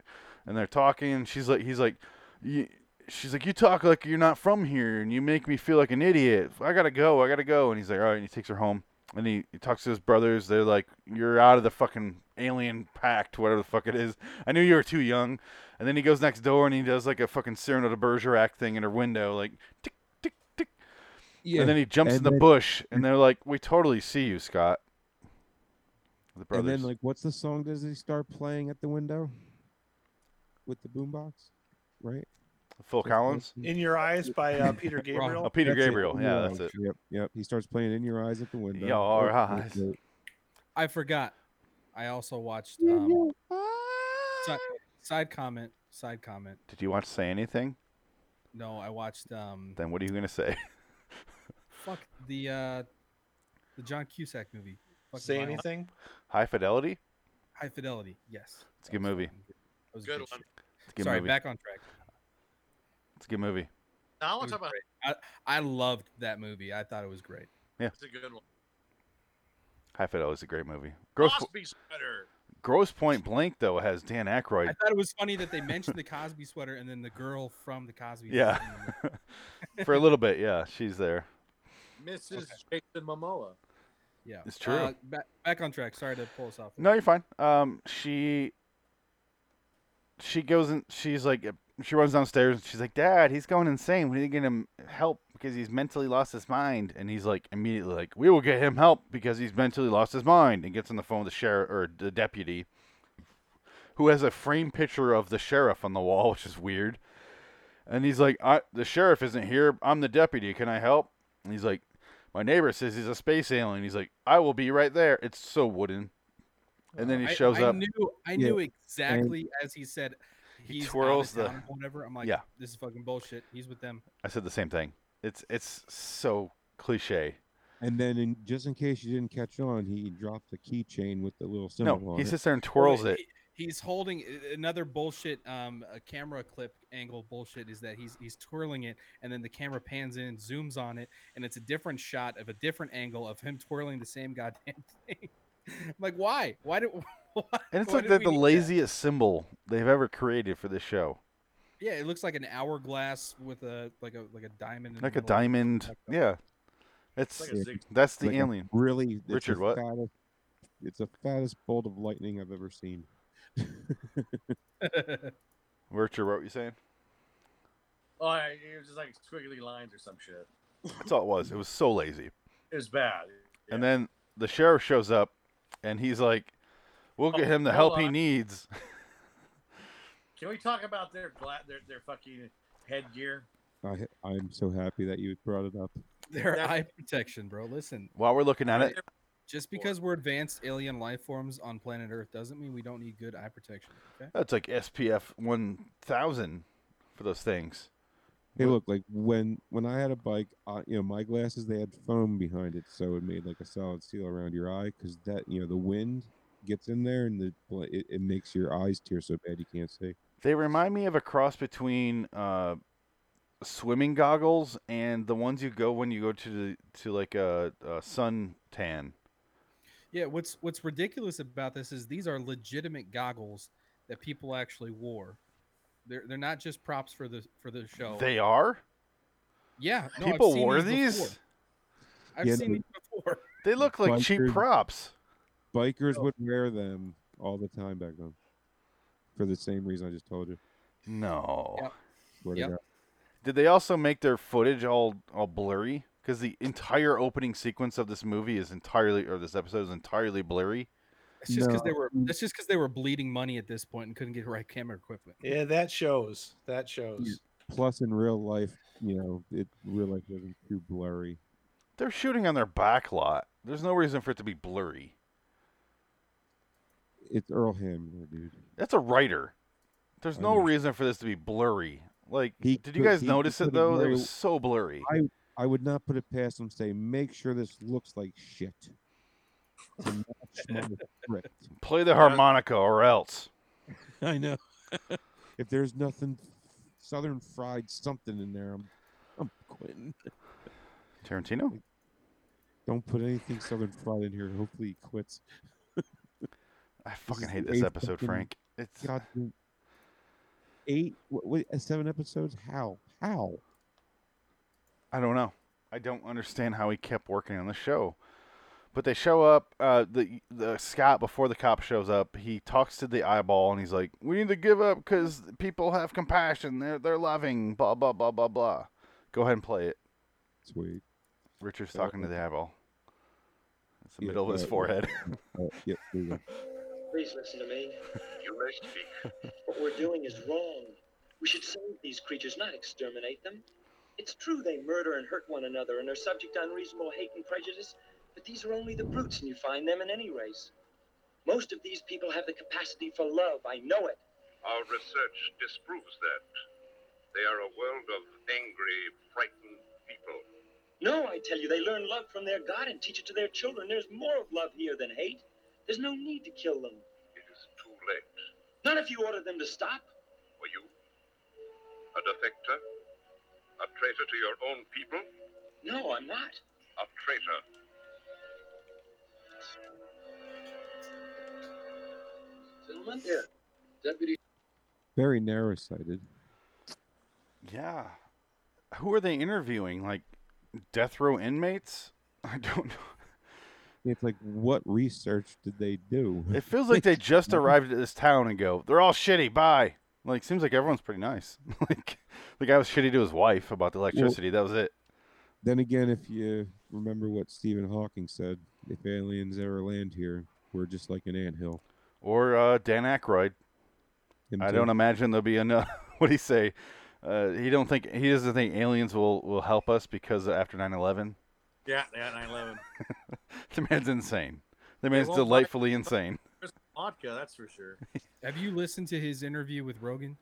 Speaker 1: and they're talking. And she's like, he's like, "You- she's like, you talk like you're not from here, and you make me feel like an idiot. I gotta go. I gotta go. And he's like, all right. And he takes her home. and he, he talks to his brothers. They're like, "You're out of the fucking alien pact, whatever the fuck it is." I knew you were too young. And then he goes next door and he does like a fucking Cyrano de Bergerac thing in her window, like tick tick tick.
Speaker 2: Yeah,
Speaker 1: And then he jumps
Speaker 2: and
Speaker 1: in the
Speaker 2: then-
Speaker 1: bush, and they're like, "We totally see you, Scott." The brothers.
Speaker 2: And then, like, what's the song? Does he start playing at the window with the boombox? Right.
Speaker 1: Phil Collins?
Speaker 13: In Your Eyes by uh, Peter Gabriel.
Speaker 1: Oh, Peter
Speaker 2: That's it,
Speaker 1: Gabriel.
Speaker 2: In
Speaker 1: Yeah,
Speaker 2: Your
Speaker 1: that's
Speaker 2: Eyes.
Speaker 1: it.
Speaker 2: Yep, yep. He starts playing "In Your Eyes" at the window.
Speaker 1: Your
Speaker 2: Yep,
Speaker 1: Eyes.
Speaker 2: that's it.
Speaker 11: I forgot. I also watched. Um, si- side comment. Side comment.
Speaker 1: Did you want to say anything?
Speaker 11: No, I watched. Um,
Speaker 1: Then what are you gonna say? *laughs*
Speaker 11: fuck the uh, the John Cusack movie. Fucking
Speaker 13: Say
Speaker 11: Violent-
Speaker 13: anything?
Speaker 1: High fidelity.
Speaker 11: High Fidelity. Yes.
Speaker 1: It's a good movie.
Speaker 11: That was good. good shit.
Speaker 1: It's a good
Speaker 11: Sorry,
Speaker 1: movie.
Speaker 11: back on track.
Speaker 1: It's a good movie.
Speaker 15: Now I
Speaker 11: It
Speaker 15: want
Speaker 11: was
Speaker 15: to talk about.
Speaker 11: great. I, I loved that movie. I thought it was great.
Speaker 1: Yeah.
Speaker 15: It's a good one.
Speaker 1: High Fidelity is a great movie. Gross.
Speaker 15: Crosby's better.
Speaker 1: Gross Point Blank though has Dan Aykroyd.
Speaker 11: I thought it was funny that they mentioned the Cosby sweater and then the girl from the Cosby.
Speaker 1: Yeah. *laughs* For a little bit, yeah, she's there.
Speaker 12: Mrs. Jason Momoa.
Speaker 11: Yeah.
Speaker 1: It's true.
Speaker 11: Uh, back, back on track. Sorry to pull us off.
Speaker 1: No, you're fine. Um, she she goes and she's like, uh, she runs downstairs and she's like, Dad, he's going insane. We need to get him help because he's mentally lost his mind. And he's like, immediately like, we will get him help because he's mentally lost his mind. And gets on the phone with the sheriff or the deputy, who has a framed picture of the sheriff on the wall, *laughs* which is weird. And he's like, I, the sheriff isn't here. I'm the deputy. Can I help? And he's like, my neighbor says he's a space alien. He's like, I will be right there. It's so wooden. And then he
Speaker 11: I-
Speaker 1: shows
Speaker 11: I,
Speaker 1: up.
Speaker 11: Knew, I
Speaker 1: Yeah,
Speaker 11: knew
Speaker 1: and-
Speaker 11: exactly as he said. He's out of
Speaker 1: twirls the-
Speaker 11: town or whatever. I'm like,
Speaker 1: Yeah.
Speaker 11: this is fucking bullshit. He's with them.
Speaker 1: I said the same thing. It's it's so cliche.
Speaker 2: And then, in, just in case you didn't catch on, he dropped the keychain with the little symbol.
Speaker 1: No,
Speaker 2: on
Speaker 1: he
Speaker 2: it.
Speaker 1: sits there and twirls it.
Speaker 11: He's holding a- another bullshit um, a camera clip angle bullshit is that he's he's twirling it and then the camera pans in, zooms on it, and it's a different shot of a different angle of him twirling the same goddamn *laughs* thing. I'm like, why? Why do? *laughs* Why,
Speaker 1: And it's
Speaker 11: why
Speaker 1: like
Speaker 11: did
Speaker 1: the,
Speaker 11: we
Speaker 1: the
Speaker 11: need that?
Speaker 1: laziest symbol they've ever created for this show.
Speaker 11: Yeah, it looks like an hourglass with a like a like a diamond. in the
Speaker 1: Like a
Speaker 11: middle of it.
Speaker 1: diamond. Yeah. It's
Speaker 15: like a zig-
Speaker 1: that's the
Speaker 2: Like a
Speaker 1: alien.
Speaker 2: Really, it's
Speaker 1: Richard,
Speaker 2: the
Speaker 1: what?
Speaker 2: fattest- it's the fattest bolt of lightning I've ever seen.
Speaker 1: Richard, what were you saying?
Speaker 15: Oh, yeah, it was just like squiggly lines or some shit.
Speaker 1: That's all it was. It was so lazy.
Speaker 15: It was bad.
Speaker 1: And then the sheriff shows up and he's like, We'll get
Speaker 15: Oh,
Speaker 1: him the
Speaker 15: hold
Speaker 1: help he
Speaker 11: uh,
Speaker 15: on.
Speaker 1: needs. *laughs*
Speaker 15: Can we talk about their gla- their their fucking headgear?
Speaker 2: I, I'm so happy that you brought it up.
Speaker 11: Their eye protection, bro. Listen,
Speaker 1: While we're looking at it,
Speaker 11: just because we're advanced alien life forms on planet Earth doesn't mean we don't need good eye protection. Okay.
Speaker 1: that's like SPF one thousand for those things.
Speaker 2: Hey, look, like when when I had a bike, I, you know, my glasses they had foam behind it, so it made like a solid seal around your eye because that you know the wind gets in there and the bl- it, it makes your eyes tear so bad you can't see.
Speaker 1: They remind me of a cross between uh, swimming goggles and the ones you go when you go to the, to like a, a sun tan.
Speaker 11: Yeah. What's What's ridiculous about this is these are legitimate goggles that people actually wore. They're They're not just props for the for the show.
Speaker 1: They are.
Speaker 11: Yeah. no, Oh. I've
Speaker 1: People
Speaker 11: seen
Speaker 1: wore
Speaker 11: these.
Speaker 1: these.
Speaker 11: before. I've
Speaker 2: Yeah,
Speaker 11: seen
Speaker 2: no.
Speaker 11: these before. *laughs*
Speaker 1: They look like cheap
Speaker 2: Bikers-
Speaker 1: props.
Speaker 2: Bikers would wear them all the time back then, for the same reason I just told you.
Speaker 1: No.
Speaker 2: Swear to
Speaker 11: Yep.
Speaker 2: God.
Speaker 1: Did they also make their footage all all blurry? Because the entire opening sequence of this movie is entirely, or this episode is entirely blurry.
Speaker 11: It's just because they
Speaker 2: No.
Speaker 11: were. That's just because they were bleeding money at this point and couldn't get the right camera equipment.
Speaker 13: Yeah, that shows. That shows.
Speaker 2: Plus, in real life, you know, it real life wasn't too blurry.
Speaker 1: They're shooting on their back lot. There's no reason for it to be blurry.
Speaker 2: It's Earl Hamner, dude.
Speaker 1: That's a writer. There's
Speaker 2: I
Speaker 1: no
Speaker 2: know.
Speaker 1: reason for this to be blurry. Like,
Speaker 2: Oh, He
Speaker 1: did you
Speaker 2: could-
Speaker 1: guys
Speaker 2: he- he
Speaker 1: notice it
Speaker 2: could've
Speaker 1: though? It
Speaker 2: very-
Speaker 1: was so blurry.
Speaker 2: I I would not put it past them. Say, make sure this looks like shit. To match my script."
Speaker 1: Play the harmonica or else.
Speaker 2: *laughs* I know. if there's nothing southern fried something in there, I'm I'm quitting.
Speaker 1: Tarantino?
Speaker 2: Don't put anything southern fried in here. Hopefully he quits.
Speaker 1: I fucking
Speaker 2: is
Speaker 1: hate
Speaker 2: the
Speaker 1: this
Speaker 2: eighth
Speaker 1: episode,
Speaker 2: fucking-
Speaker 1: Frank. It's
Speaker 2: God, damn- eight, what, what, uh, seven episodes? How? How?
Speaker 1: I don't know. I don't understand how he kept working on the show. But they show up. Uh, the the Scott before the cop shows up, he talks to the eyeball and he's like, "We need to give up because people have compassion. They're they're loving. Blah blah blah blah blah." Go ahead and play it.
Speaker 2: Sweet.
Speaker 1: Richard's talking to the eyeball. It's the
Speaker 2: Yeah,
Speaker 1: middle of his
Speaker 2: yeah, yeah.
Speaker 1: forehead. *laughs*
Speaker 2: Uh, yeah, there you go.
Speaker 14: Please listen to me. You may speak. What we're doing is wrong. We should save these creatures, not exterminate them. It's true they murder and hurt one another and are subject to unreasonable hate and prejudice, but these are only the brutes, and you find them in any race. Most of these people have the capacity for love. I know it.
Speaker 16: Our research disproves that. They are a world of angry, frightened people.
Speaker 14: No, I tell you, they learn love from their God and teach it to their children. There's more of love here than hate. There's no need to kill them.
Speaker 16: Too late.
Speaker 14: Not if you order them to stop.
Speaker 16: Were you a defector? A traitor to your own people?
Speaker 14: No, I'm not.
Speaker 16: A traitor.
Speaker 14: Gentlemen?
Speaker 6: Deputy.
Speaker 2: Very narrow-sighted.
Speaker 1: Yeah. Who are they interviewing? Like death row inmates? I don't know.
Speaker 2: It's like, what research did they do?
Speaker 1: It feels like they just arrived at this town and go, they're all shitty. Bye. Like seems like everyone's pretty nice. *laughs* like the guy was shitty to his wife about the electricity. that was it.
Speaker 2: Then again, if you remember what Stephen Hawking said, if aliens ever land here, we're just like an anthill.
Speaker 1: Or uh, Dan Aykroyd.
Speaker 2: Him
Speaker 1: I
Speaker 2: too.
Speaker 1: don't imagine there'll be *laughs* enough. what do you say? Uh, he don't think he doesn't think aliens will, will help us because after 9-11.
Speaker 15: Yeah, yeah, 911.
Speaker 1: *laughs* the man's insane. The
Speaker 15: They
Speaker 1: man's
Speaker 15: won't like-
Speaker 1: delightfully insane.
Speaker 15: There's vodka, that's for sure.
Speaker 11: Have you listened to his interview with Rogan?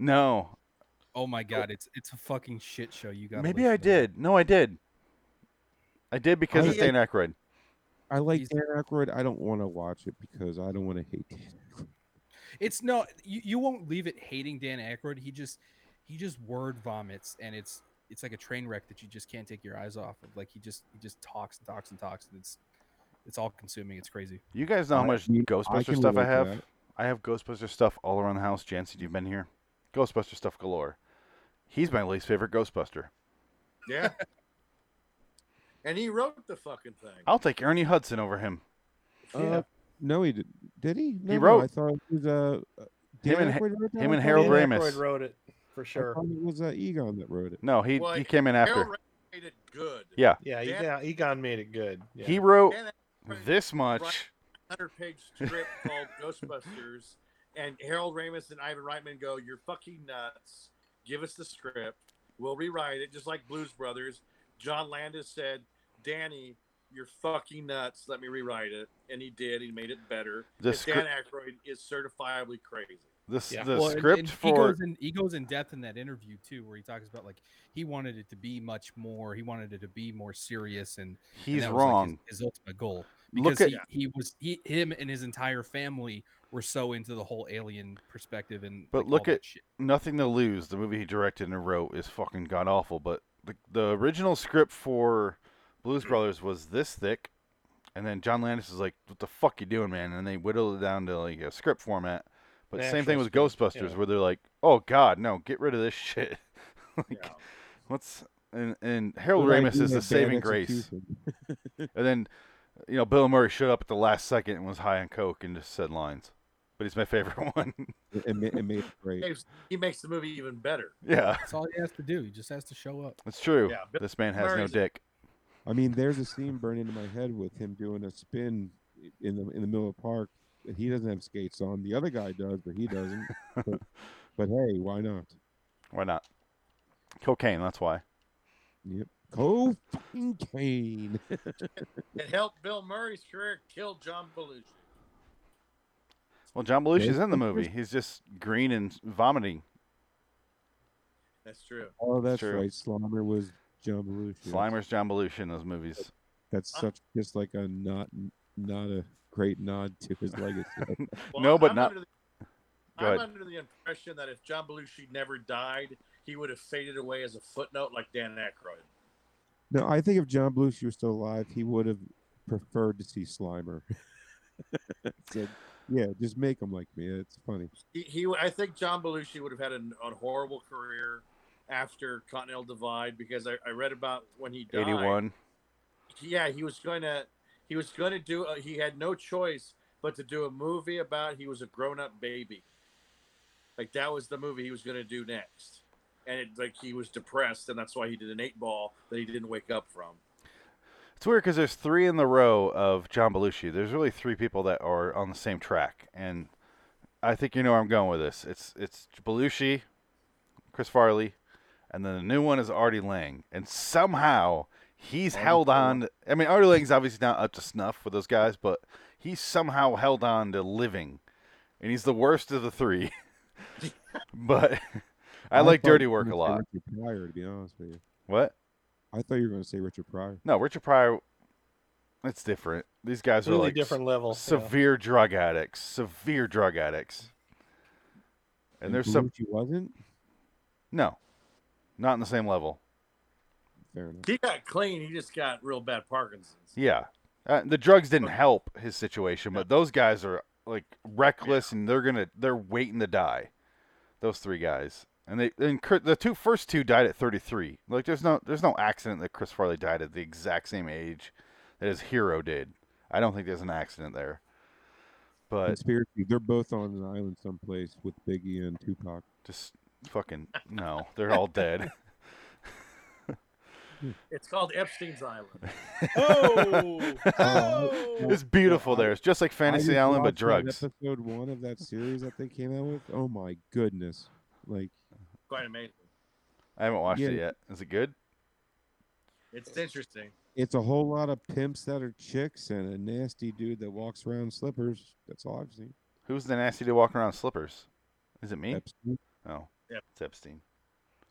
Speaker 1: No,
Speaker 11: Oh my god, it's it's a fucking shit show. You got
Speaker 1: Maybe I did. No, I did. I did because it's
Speaker 2: like-
Speaker 1: Dan Aykroyd.
Speaker 2: I like Dan Aykroyd. I don't want to watch it because I don't want to hate Dan.
Speaker 11: It's no, you, you won't leave it hating Dan Aykroyd. He just he just word vomits, and it's it's like a train wreck that you just can't take your eyes off of. Like he just he just talks and talks and talks, and it's it's all consuming. It's crazy.
Speaker 1: You guys know how
Speaker 11: I-
Speaker 1: much
Speaker 11: you- I
Speaker 1: Ghostbuster
Speaker 11: can
Speaker 1: stuff I
Speaker 11: relate to
Speaker 1: have.
Speaker 11: that.
Speaker 1: I have Ghostbuster stuff all around the house. Jancy, you've been here. Ghostbuster stuff galore. He's my least favorite Ghostbuster.
Speaker 15: Yeah. *laughs* and he wrote the fucking thing.
Speaker 1: I'll take Ernie Hudson over him.
Speaker 2: Uh, no, he did. Did he? No, no, I
Speaker 1: wrote.
Speaker 2: thought it was uh, uh,
Speaker 1: Him
Speaker 2: Dan
Speaker 1: and Ha-
Speaker 2: Aykroyd wrote that?
Speaker 1: him and
Speaker 2: I thought
Speaker 1: Harold
Speaker 2: it-
Speaker 1: Ramis. Aykroyd
Speaker 13: wrote it for
Speaker 2: I thought it was uh, Egon that wrote it.
Speaker 1: No, he
Speaker 13: Well,
Speaker 1: he came in after.
Speaker 13: Harold
Speaker 15: Made it good.
Speaker 1: Yeah.
Speaker 13: Yeah,
Speaker 15: Dan-
Speaker 13: Egon, Egon made it good. Yeah.
Speaker 1: He wrote
Speaker 15: Dan
Speaker 1: this much.
Speaker 15: 100 page script called Ghostbusters, and Harold Ramis and Ivan Reitman go, You're fucking nuts. Give us the script. We'll rewrite it, just like Blues Brothers. John Landis said, Danny, you're fucking nuts. Let me rewrite it. And he did. He made it better.
Speaker 1: The
Speaker 15: And Dan
Speaker 1: scr-
Speaker 15: Aykroyd is certifiably crazy.
Speaker 1: The s-
Speaker 11: Yeah.
Speaker 1: the
Speaker 11: Well, and-
Speaker 1: script
Speaker 11: and he
Speaker 1: for
Speaker 11: goes, in, he goes in depth in that interview too, where he talks about like he wanted it to be much more. He wanted it to be more serious, and and
Speaker 1: He's
Speaker 11: that was, like, his-
Speaker 1: wrong.
Speaker 11: his, ultimate goal
Speaker 1: Look
Speaker 11: because he,
Speaker 1: at-
Speaker 11: he was he him and his entire family were so into the whole alien perspective and
Speaker 1: But
Speaker 11: like,
Speaker 1: look
Speaker 11: all that
Speaker 1: at Nothing to Lose, the movie he directed and wrote, is fucking god awful. But the, the original script for Blues Brothers was this thick, and then John Landis is like, "What the fuck you doing, man?" And they whittled it down to like a script format. But
Speaker 15: An
Speaker 1: same thing
Speaker 15: actual
Speaker 1: with
Speaker 15: script,
Speaker 1: Ghostbusters,
Speaker 15: yeah.
Speaker 1: where they're like, "Oh God, no, get rid of this shit." *laughs* like, what's and and Harold
Speaker 2: Well, I
Speaker 1: Ramis
Speaker 2: do
Speaker 1: is
Speaker 2: have
Speaker 1: the
Speaker 2: bad
Speaker 1: saving grace.
Speaker 2: execution.
Speaker 1: and then, you know, Bill Murray showed up at the last second and was high on coke and just said lines. But he's my favorite *laughs* one.
Speaker 2: It, it, ma- it made it
Speaker 1: *laughs*
Speaker 2: great.
Speaker 15: He- He makes the movie even better.
Speaker 1: Yeah.
Speaker 11: That's all he has to do. He just has to show up.
Speaker 1: It's true.
Speaker 15: Yeah, Bill
Speaker 1: this man has no
Speaker 15: Murray's-
Speaker 1: dick.
Speaker 2: I mean, there's a scene burning in my head with him doing a spin i- in the in the middle of the park. that He doesn't have skates on. The other guy does, but he doesn't.
Speaker 1: *laughs*
Speaker 2: but, but hey, why not?
Speaker 1: Why not? Cocaine, that's why.
Speaker 2: Yep. Co fucking cane.
Speaker 15: It helped Bill Murray's career kill John Belushi.
Speaker 1: Well, John Belushi's in the
Speaker 2: Nathan
Speaker 1: movie. He's just green and vomiting.
Speaker 15: That's true.
Speaker 2: oh, that's
Speaker 1: true.
Speaker 2: right. Slimer was John Belushi.
Speaker 1: Slimer's John Belushi in those movies.
Speaker 2: That's such just like a not not a great nod to his legacy.
Speaker 1: no, but
Speaker 15: I'm
Speaker 1: not.
Speaker 15: under the-
Speaker 1: Go
Speaker 15: I'm
Speaker 1: ahead.
Speaker 15: under the impression that if John Belushi never died, he would have faded away as a footnote like Dan Aykroyd.
Speaker 2: no, I think if John Belushi was still alive, he would have preferred to
Speaker 1: *laughs*
Speaker 2: see Slimer. Said, yeah, just make him like me. It's funny.
Speaker 15: He, he I think John Belushi would have had an, a horrible career after Continental Divide because I, I read about when he died.
Speaker 1: 81.
Speaker 15: Yeah, he was going to. He was going to do. A, he had no choice but to do a movie about he was a grown-up baby. Like that was the movie he was going to do next, and it like he was depressed, and that's why he did an eight ball that he didn't wake up from.
Speaker 1: It's weird because there's three in the row of John Belushi. There's really three people that are on the same track, and I think you know where I'm going with this. It's it's Belushi, Chris Farley, and then the new one is Artie Lang, and somehow he's held on. I mean, Artie Lang's obviously not up to snuff with those guys, but he's somehow held on to living, and he's the worst of the three. *laughs* but *laughs* I, like
Speaker 2: thought you
Speaker 1: Dirty
Speaker 2: were
Speaker 1: Work a
Speaker 2: gonna
Speaker 1: lot.
Speaker 2: say Richard Pryor, to be honest with you.
Speaker 1: What?
Speaker 2: I thought you were going to say Richard Pryor.
Speaker 1: No, Richard Pryor. It's different. These guys are
Speaker 13: Really
Speaker 1: like
Speaker 13: different level, yeah.
Speaker 1: Severe drug addicts. Severe drug addicts. And, there's some.
Speaker 2: He wasn't.
Speaker 13: Mm-hmm.
Speaker 1: No, not in the same level.
Speaker 2: Fair enough.
Speaker 15: He got clean. He just got real bad Parkinson's.
Speaker 1: Yeah, uh, the drugs didn't help his situation, but those guys are like reckless, and they're gonna they're waiting to die. Those three guys, and they and Chris, the two first two died at 33. Like there's no there's no accident that Chris Farley died at the exact same age that his hero did. I don't think there's an accident there. But
Speaker 2: *laughs* Conspiracy. They're both on an island someplace with Biggie and Tupac.
Speaker 1: Just fucking no, they're all
Speaker 2: *laughs*
Speaker 1: dead. *laughs*
Speaker 15: It's called Epstein's
Speaker 13: *laughs*
Speaker 15: Island.
Speaker 13: Oh,
Speaker 1: *laughs* it's beautiful there. It's just like Fantasy
Speaker 2: I
Speaker 1: Island, but
Speaker 2: watched that
Speaker 1: drugs.
Speaker 2: Episode one of that series that they came out with. Oh my goodness! Like
Speaker 15: Quite amazing.
Speaker 1: I haven't watched it
Speaker 2: Yeah.
Speaker 1: yet. Is it good?
Speaker 15: It's interesting.
Speaker 2: it's a whole lot of pimps that are chicks and a nasty dude that walks around in slippers. That's all I've seen.
Speaker 1: Who's the nasty to walk around in slippers? Is it me? Oh, it's Epstein.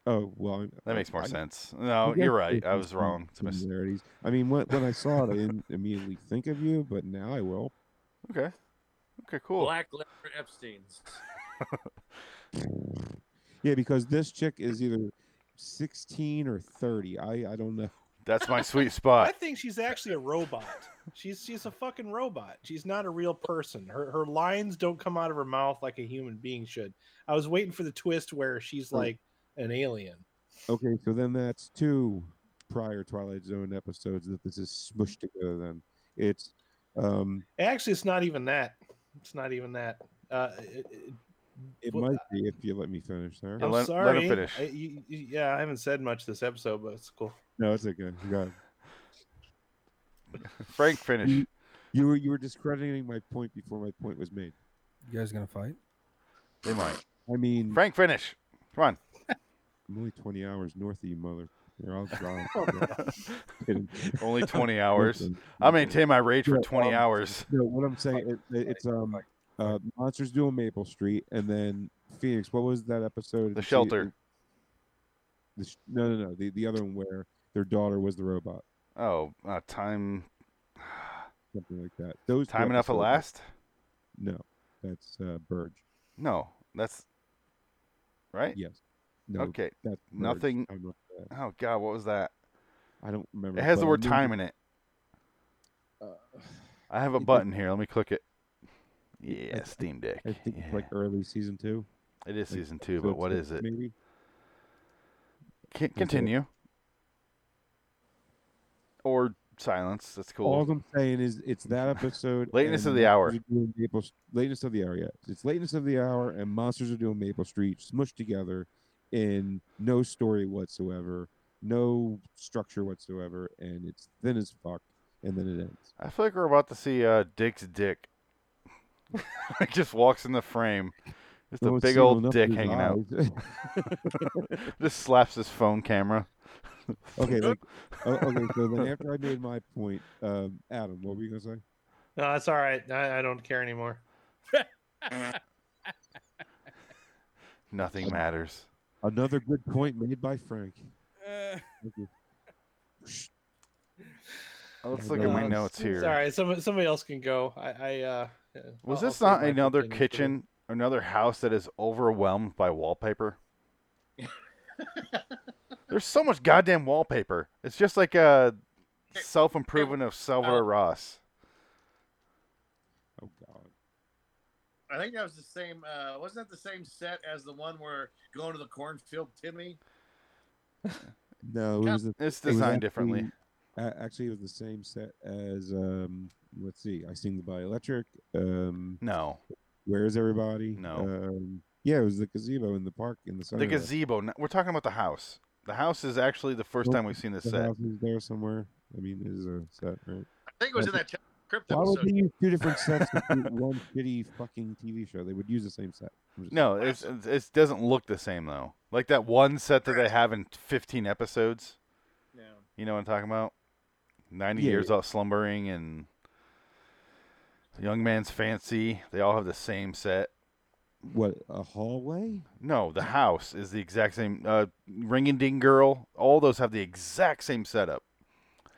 Speaker 2: Oh well,
Speaker 1: That
Speaker 2: I-
Speaker 1: makes more
Speaker 2: I-
Speaker 1: sense.
Speaker 2: I
Speaker 1: No,
Speaker 2: guess
Speaker 1: you're right.
Speaker 2: there's
Speaker 1: I
Speaker 2: some
Speaker 1: was wrong. It's a mis-
Speaker 2: similarities. I mean, when, when I saw it, I didn't immediately think of you, but now I will.
Speaker 1: Okay. Okay, cool.
Speaker 15: Black leather Epstein's.
Speaker 2: Yeah, because this chick is either sixteen or thirty. I I don't know.
Speaker 1: That's my sweet
Speaker 13: I
Speaker 11: *laughs*
Speaker 1: spot.
Speaker 13: think she's actually a robot. She's she's a fucking robot. She's not a real person. Her her lines don't come out of her mouth like a human being should. I was waiting for the twist where she's
Speaker 2: Oh.
Speaker 13: like an alien.
Speaker 2: Okay, so then that's two prior Twilight Zone episodes that this is smushed together. Then it's um,
Speaker 13: Actually, it's not even that. It's not even that. Uh, it, it-
Speaker 2: it
Speaker 13: well,
Speaker 2: might be if you let me finish there.
Speaker 13: I'm
Speaker 1: let
Speaker 13: sorry.
Speaker 1: him finish.
Speaker 13: I- you- you- yeah, I haven't said much this episode, but it's cool.
Speaker 2: No, it's okay. Go ahead.
Speaker 1: *laughs* Frank, finish.
Speaker 2: You, you were you were discrediting my point before my point was made.
Speaker 11: You guys gonna fight?
Speaker 1: They might.
Speaker 2: I mean,
Speaker 1: Frank, finish. Come on.
Speaker 2: I'm only 20 hours north of you, mother. You're all gone.
Speaker 1: *laughs* Only 20 hours. I maintain my rage for 20 hours.
Speaker 2: um, No, what I'm saying, it, it- it's um, uh, Monsters Duel Maple Street, and then Phoenix. What was that episode?
Speaker 1: The
Speaker 2: She-
Speaker 1: shelter.
Speaker 2: The, sh- no, no, no. The the other one where their daughter was the robot,
Speaker 1: Oh, uh, time.
Speaker 2: something like that. Those two
Speaker 1: Time enough at
Speaker 2: episodes-
Speaker 1: last.
Speaker 2: No, that's uh, Burge.
Speaker 1: No, that's right.
Speaker 2: Yes. No,
Speaker 1: Eh, okay.
Speaker 2: that's Burge.
Speaker 1: Nothing.
Speaker 2: I'm not-
Speaker 1: Oh God, what was that?
Speaker 2: I don't remember.
Speaker 1: It has the
Speaker 2: but I
Speaker 1: word
Speaker 2: knew- uh,
Speaker 1: time in it. I have a button here. Let me click it. Yeah, Steam Deck.
Speaker 2: I think it's like early season two.
Speaker 1: It is
Speaker 2: like
Speaker 1: season two, but
Speaker 2: episode
Speaker 1: what
Speaker 2: six,
Speaker 1: is it?
Speaker 2: Maybe.
Speaker 1: Con- Continue. Or silence. That's
Speaker 2: All
Speaker 1: cool.
Speaker 2: I'm saying is it's that episode.
Speaker 1: *laughs* Lateness of
Speaker 2: and
Speaker 1: the hour.
Speaker 2: Monsters Are Doing Maple, lateness of the hour. Yeah, it's lateness of the hour, and monsters are doing Maple Street smushed together in no story whatsoever, no structure whatsoever, and it's thin as fuck. And then it ends.
Speaker 1: I feel like we're about to see uh, Dick's dick. *laughs* Like just walks in the frame. Just
Speaker 2: No
Speaker 1: a
Speaker 2: one's
Speaker 1: big
Speaker 2: seen
Speaker 1: old
Speaker 2: enough of
Speaker 1: dick
Speaker 2: his
Speaker 1: hanging out.
Speaker 2: eyes.
Speaker 1: *laughs* just slaps his phone camera. *laughs*
Speaker 2: Okay, like, *laughs* oh, okay. So then after I made my point, um, Adam, what were you gonna say?
Speaker 13: No, it's all right. I, I don't care anymore.
Speaker 1: Nothing matters.
Speaker 2: Another good point made by Frank.
Speaker 11: Uh,
Speaker 2: Thank you.
Speaker 1: Let's look at my
Speaker 13: Uh,
Speaker 1: notes
Speaker 13: it's- It's
Speaker 1: here.
Speaker 13: all right. Somebody, somebody else can go. I, I uh,
Speaker 1: Was
Speaker 13: I'll-
Speaker 1: this
Speaker 13: I'll save
Speaker 1: not
Speaker 13: my
Speaker 1: another
Speaker 13: opinion for the-
Speaker 1: kitchen, another house that is overwhelmed by
Speaker 13: *laughs*
Speaker 1: wallpaper? There's so much goddamn wallpaper. It's just like a self improvement
Speaker 13: uh,
Speaker 1: of Salvador Ross.
Speaker 2: Oh God.
Speaker 15: I think that was the same. Uh, wasn't that the same set as the one where going to the cornfield, Timmy?
Speaker 2: No, it was. a-
Speaker 1: It's
Speaker 2: it was
Speaker 1: designed differently.
Speaker 2: actually- a- actually, it was the same set as um, let's see, I seen the by electric. Um,
Speaker 1: no,
Speaker 2: where's everybody?
Speaker 1: No.
Speaker 2: um, yeah, it was the gazebo in the park in the sun.
Speaker 1: The gazebo. n- We're talking about the house. The house is actually the first time we've seen this
Speaker 2: the
Speaker 1: set.
Speaker 2: house is there somewhere. I mean, it is a set, right?
Speaker 15: I think it was in that crypto.
Speaker 2: Why would
Speaker 15: episode.
Speaker 2: they use two different sets to do one shitty fucking TV show? They would use the same set. I'm just-
Speaker 1: No, it's, it's- it doesn't look the same though. Like that one set that they have in 15 episodes.
Speaker 10: Yeah.
Speaker 1: You know what I'm talking about? 90
Speaker 2: Yeah,
Speaker 1: years
Speaker 2: yeah.
Speaker 1: out slumbering and the young man's fancy. They all have the same set.
Speaker 2: What a hallway?
Speaker 1: No, the house is the exact same. Uh, Ring and Ding Girl. All those have the exact same setup.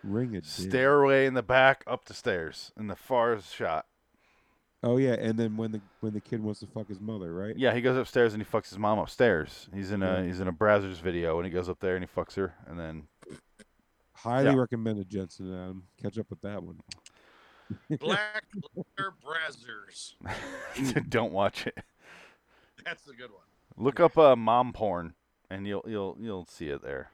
Speaker 2: Ring it. dude.
Speaker 1: Stairway in the back, up the stairs in the far shot.
Speaker 2: Oh yeah, and then when the when the kid wants to fuck his mother, right?
Speaker 1: Yeah, he goes upstairs and he fucks his mom upstairs. He's in a
Speaker 2: Yeah.
Speaker 1: he's in a Brazzers video and he goes up there and he fucks her and then *laughs*
Speaker 2: Highly
Speaker 1: Yeah.
Speaker 2: recommended, Jensen and Adam. Catch up with that one.
Speaker 15: Black Leather Brazzers.
Speaker 2: Mm.
Speaker 1: don't watch it.
Speaker 15: That's a good one.
Speaker 1: Look up uh, mom porn and you'll you'll you'll see it there.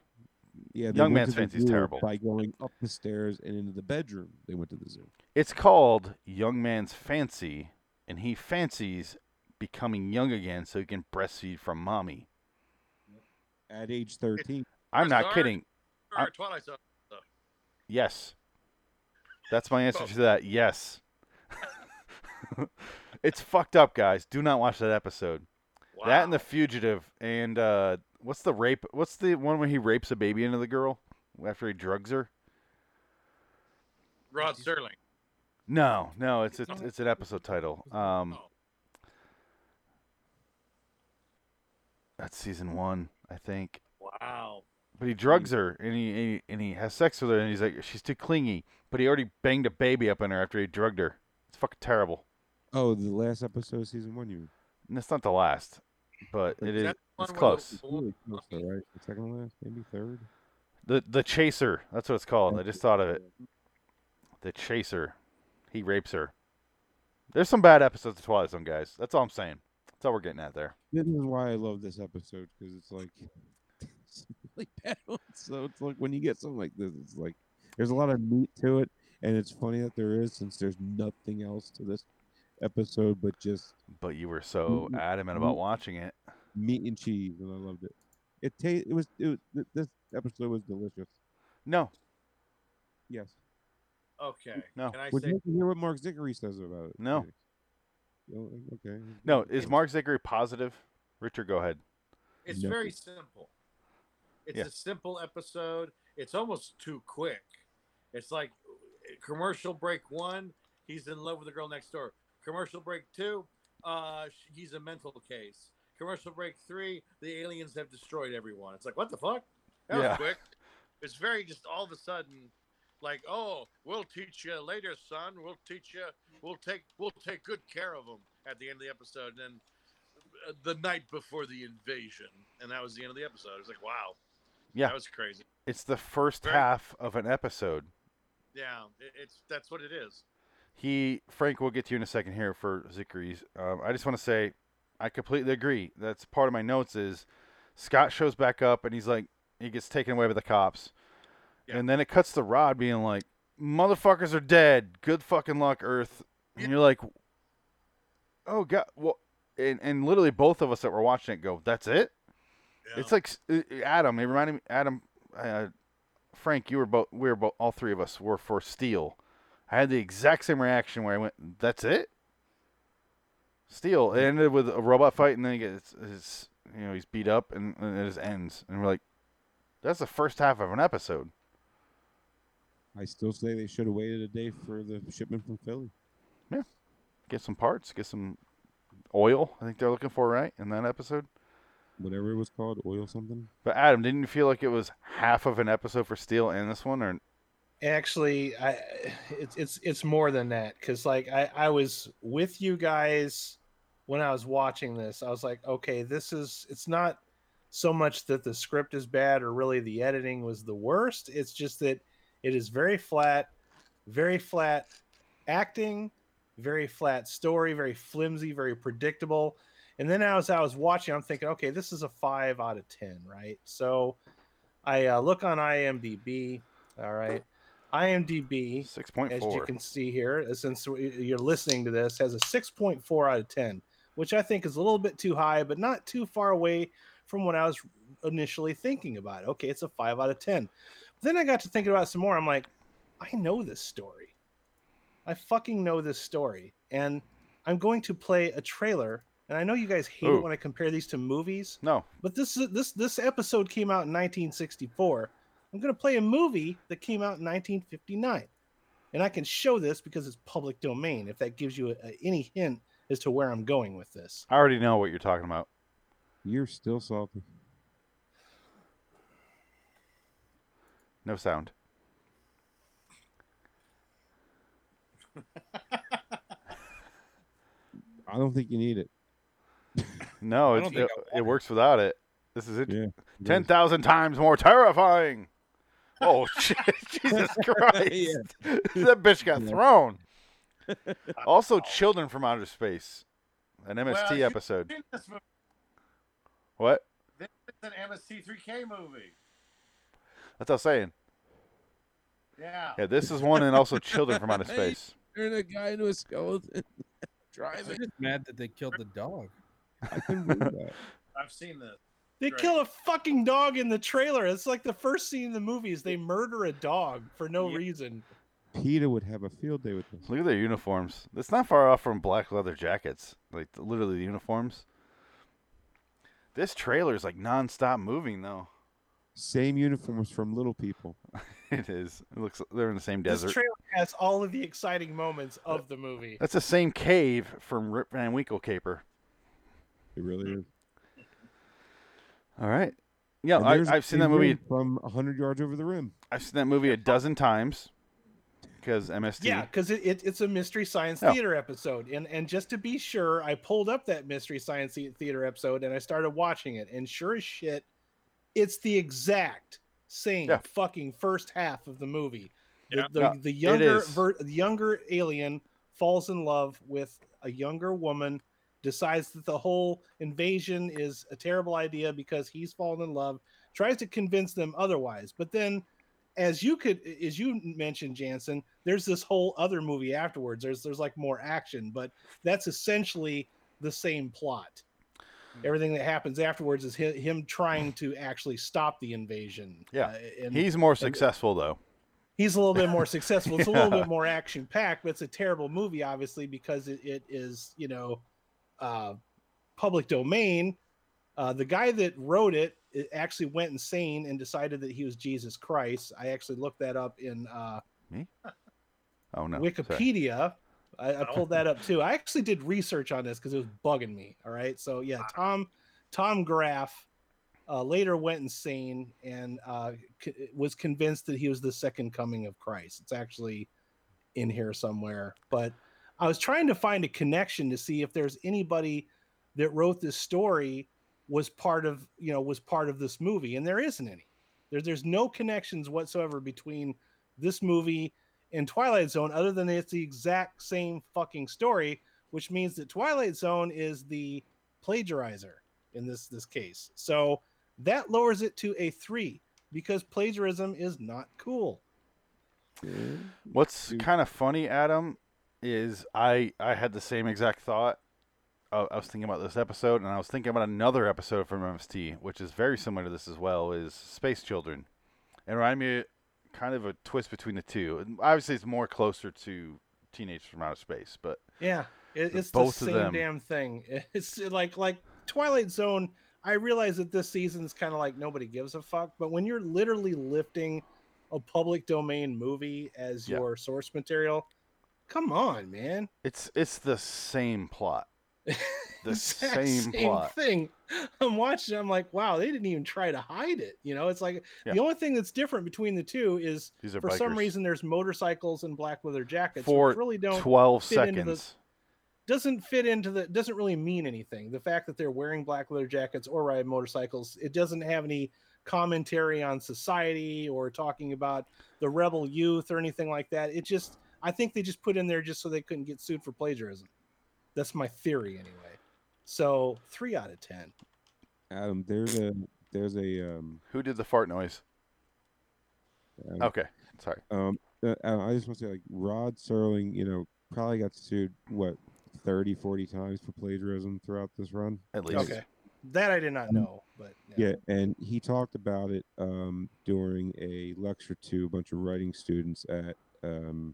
Speaker 2: Yeah, they
Speaker 1: Young
Speaker 2: went
Speaker 1: Man's
Speaker 2: to the
Speaker 1: Fancy
Speaker 2: zoo
Speaker 1: is terrible.
Speaker 2: By going up the stairs and into the bedroom, they went to the zoo.
Speaker 1: It's called Young Man's Fancy and he fancies becoming young again so he can breastfeed from mommy.
Speaker 2: At age thirteen,
Speaker 1: I'm not
Speaker 15: Bizarre
Speaker 1: kidding. I-
Speaker 15: Or Twilight Zone.
Speaker 1: Yes. That's my answer to that. Yes. *laughs* it's fucked up, guys. Do not watch that episode. That and the fugitive and uh what's the rape what's the one where he rapes a baby into the girl after he drugs her?
Speaker 15: Rod Sterling.
Speaker 1: No, no, it's it's, it's an episode title. Um That's season 1, I think.
Speaker 15: Wow.
Speaker 1: But he drugs her and he, and he and he has sex with her and he's like she's too clingy, but he already banged a baby up in her after he drugged her. It's fucking terrible.
Speaker 2: Oh, the last episode of season one, you mean?
Speaker 1: And it's not the last, but it is it's close.
Speaker 2: It's really close, though, right? The second last, maybe third.
Speaker 1: The the chaser. That's what it's called. I just thought of *laughs* it. The chaser. He rapes her. There's some bad episodes of Twilight Zone, guys. That's all I'm saying. That's all we're getting at there.
Speaker 2: This is why I love this episode because it's like *laughs* it's really bad. *laughs* ones. So it's like when you get something like this, it's like there's a lot of meat to it, and it's funny that there is since there's nothing else to this episode but just
Speaker 1: But you were so
Speaker 2: Mm, mm,
Speaker 1: adamant about
Speaker 2: mm.
Speaker 1: watching it.
Speaker 2: meat and cheese, and I loved it. It ta- it was it was, th- this episode was delicious.
Speaker 1: No.
Speaker 2: Yes.
Speaker 15: Okay.
Speaker 1: No.
Speaker 15: Can I
Speaker 2: Would
Speaker 15: say
Speaker 2: you like to hear what Mark Zickery says about it?
Speaker 1: No.
Speaker 2: Felix? Oh, Okay.
Speaker 1: No. Is Mark Zickery positive? Richard, go ahead.
Speaker 15: it's
Speaker 1: No.
Speaker 15: very simple? It's
Speaker 1: Yeah.
Speaker 15: a simple episode. It's almost too quick. It's like uh, commercial break one, he's in love with the girl next door. Commercial break two, uh, sh- he's a mental case. Commercial break three, the aliens have destroyed everyone. It's like what the fuck? That
Speaker 1: Yeah.
Speaker 15: was quick. It's very just all of a sudden, like oh, we'll teach you later, son. We'll teach you. We'll take we'll take good care of them at the end of the episode. And then uh, the night before the invasion, and that was the end of the episode. It was like wow,
Speaker 1: Yeah.
Speaker 15: that was crazy.
Speaker 1: It's the first
Speaker 15: Very-
Speaker 1: half of an episode.
Speaker 15: Yeah, it, it's that's what it is.
Speaker 1: He Frank, we'll get to you in a second here for Zickery's. Um, I just want to say, I completely agree. That's part of my notes. Is Scott shows back up and he's like, he gets taken away by the cops, and then it cuts to Rod being like, "Motherfuckers are dead. Good fucking luck, Earth." And you're like, "Oh God!" Well, and and literally both of us that were watching it go, "That's it." It's like s- uh, uh, Adam. It reminded me, Adam, uh, Frank. You were both. We were both. All three of us were for Steel. I had the exact same reaction where I went, "That's it." Steel. It ended with a robot fight, and then he gets his, you know, he's beat up, and, and it just ends. And we're like, "That's the first half of an episode."
Speaker 2: I still say they should have waited a day for the shipment from Philly.
Speaker 1: Get some parts. Get some oil. I think they're looking for right in that episode.
Speaker 2: Whatever it was called, oil something.
Speaker 1: But Adam, didn't you feel like it was half of an episode for Steel and this one, or
Speaker 13: Actually, I it's it's it's more than that because like I I was with you guys when I was watching this. I was like, okay, this is it's not so much that the script is bad or really the editing was the worst. It's just that it is very flat, very flat acting, very flat story, very flimsy, very predictable. And then as I was watching, I'm thinking, okay, this is a five out of ten, right? So I uh, look on IMDb. All right.
Speaker 11: IMDb,
Speaker 1: six point
Speaker 11: as you can see here, since you're listening to this, has a six point four out of ten, which I think is a little bit too high, but not too far away from what I was initially thinking about. Okay, it's a five out of ten. Then I got to thinking about it some more. I'm like, I know this story. I fucking know this story, and I'm going to play a trailer. And I know you guys hate
Speaker 1: Ooh.
Speaker 11: it when I compare these to movies.
Speaker 1: No,
Speaker 11: but this is- this this episode came out in 1964. I'm going to play a movie that came out in 1959, and I can show this because it's public domain. If that gives you a, a- any hint as to where I'm going with this,
Speaker 1: I already know what you're talking about.
Speaker 2: You're still salty.
Speaker 1: No sound.
Speaker 2: I don't think you need it.
Speaker 1: No,
Speaker 2: I
Speaker 1: it's,
Speaker 2: don't
Speaker 1: it,
Speaker 2: think
Speaker 1: it works without it. This is it.
Speaker 2: is.
Speaker 1: *laughs* Ten thousand times more terrifying.
Speaker 2: *laughs*
Speaker 1: Oh shit, *laughs* Jesus Christ! *laughs*
Speaker 2: Yeah.
Speaker 1: that bitch got
Speaker 2: Yeah.
Speaker 1: thrown. Also, children from outer space, an MST
Speaker 15: Well, you-
Speaker 1: episode.
Speaker 15: This movie-
Speaker 1: What?
Speaker 15: this is an MST3K movie.
Speaker 1: That's what I'm saying.
Speaker 15: Yeah.
Speaker 1: Yeah, this is one, and also children from
Speaker 2: *laughs*
Speaker 1: outer space.
Speaker 2: Turn a guy into
Speaker 1: *laughs*
Speaker 2: a skeleton.
Speaker 17: I'm just mad that they killed the dog.
Speaker 15: I've seen this.
Speaker 11: they kill a fucking dog in the trailer. It's like the first scene in the movie is they murder a dog for no reason.
Speaker 2: PETA would have a field day with this.
Speaker 1: Look at their uniforms. It's not far off from black leather jackets. Like literally the uniforms. This trailer is like nonstop moving though.
Speaker 2: Same uniforms from little people.
Speaker 1: *laughs* It is. It looks they're in the same
Speaker 11: This
Speaker 1: desert.
Speaker 11: trailer has all of the exciting moments of the movie.
Speaker 1: That's the same cave from Rip Van Winkle Caper.
Speaker 2: It really is.
Speaker 1: All right. Yeah,
Speaker 2: And
Speaker 1: I,
Speaker 2: there's a
Speaker 1: I've seen that
Speaker 2: big
Speaker 1: movie.
Speaker 2: room from hundred yards over the rim.
Speaker 1: I've seen that movie a dozen times because MST.
Speaker 11: Yeah, because it, it, it's a mystery science
Speaker 1: Yeah.
Speaker 11: theater episode, and and just to be sure, I pulled up that mystery science the- theater episode and I started watching it, and sure as shit, it's the exact same
Speaker 1: Yeah.
Speaker 11: fucking first half of the movie. The,
Speaker 1: Yeah.
Speaker 11: the,
Speaker 1: Yeah,
Speaker 11: the
Speaker 1: it
Speaker 11: younger
Speaker 1: is.
Speaker 11: ver- the younger alien falls in love with a younger woman, decides that the whole invasion is a terrible idea because he's fallen in love, tries to convince them otherwise, but then as you could as you mentioned jansen there's this whole other movie afterwards there's there's like more action but that's essentially the same plot everything that happens afterwards is him, him trying to actually stop the invasion
Speaker 1: Yeah.
Speaker 11: uh, and-
Speaker 1: He's more
Speaker 11: and
Speaker 1: successful though.
Speaker 11: he's a little bit more successful it's a little
Speaker 1: Yeah.
Speaker 11: bit more action packed but it's a terrible movie obviously because it, it is you know uh public domain uh, the guy that wrote it, it actually went insane and decided that he was Jesus Christ. I actually looked that up in uh,
Speaker 1: Me? Oh no. sorry.
Speaker 11: Wikipedia. I, I pulled that up too. I actually did research on this because it was bugging me. All right, so yeah, Tom Tom Graff uh, later went insane and uh, c- was convinced that he was the second coming of Christ. It's actually in here somewhere, but I was trying to find a connection to see if there's anybody that wrote this story was part of you know was part of this movie, and there isn't any. There, there's no connections whatsoever between this movie and Twilight Zone, other than it's the exact same fucking story, which means that Twilight Zone is the plagiarizer in this this case. So that lowers it to a three because plagiarism is not cool.
Speaker 1: What's kind of funny, Adam, is I I had the same exact thought. I I was thinking about this episode, and I was thinking about another episode from MST, which is very similar to this as well. Is Space Children? It reminded me kind of a twist between the two. And obviously, it's more closer to Teenage from Outer Space, but
Speaker 11: Yeah, it,
Speaker 1: The
Speaker 11: it's
Speaker 1: both
Speaker 11: the
Speaker 1: of
Speaker 11: same
Speaker 1: them.
Speaker 11: damn thing. It's like like Twilight Zone. I realize that this season is kind of like nobody gives a fuck, but when you're literally lifting a public domain movie as
Speaker 1: Yeah.
Speaker 11: your source material, come on, man.
Speaker 1: it's it's the same
Speaker 11: *laughs*
Speaker 1: plot. The
Speaker 11: exact
Speaker 1: same, plot.
Speaker 11: thing. I'm watching. I'm like, wow, they didn't even try to hide it. You know, it's like
Speaker 1: Yeah.
Speaker 11: the only thing that's different between the two is
Speaker 1: These are
Speaker 11: for some
Speaker 1: bikers.
Speaker 11: reason there's motorcycles and black leather jackets,
Speaker 1: For
Speaker 11: which really don't
Speaker 1: 12
Speaker 11: fit into the-
Speaker 1: seconds.
Speaker 11: doesn't fit into the doesn't really mean anything. The fact that they're wearing black leather jackets or ride motorcycles, it doesn't have any commentary on society or talking about the rebel youth or anything like that. It just I think they just put in there just so they couldn't get sued for plagiarism. That's my theory anyway. So three out of ten.
Speaker 2: Adam, there's a there's a um
Speaker 1: Who did the fart noise?
Speaker 2: um,
Speaker 1: Okay, sorry.
Speaker 2: Um, uh, I, don't know, I just want to say like Rod Serling, you know, probably got sued what 30, 40 times for plagiarism throughout this run.
Speaker 1: At
Speaker 13: Okay. That I did not know, but
Speaker 2: Mm-hmm. Yeah, and he talked about it um, during a lecture to a bunch of writing students at um,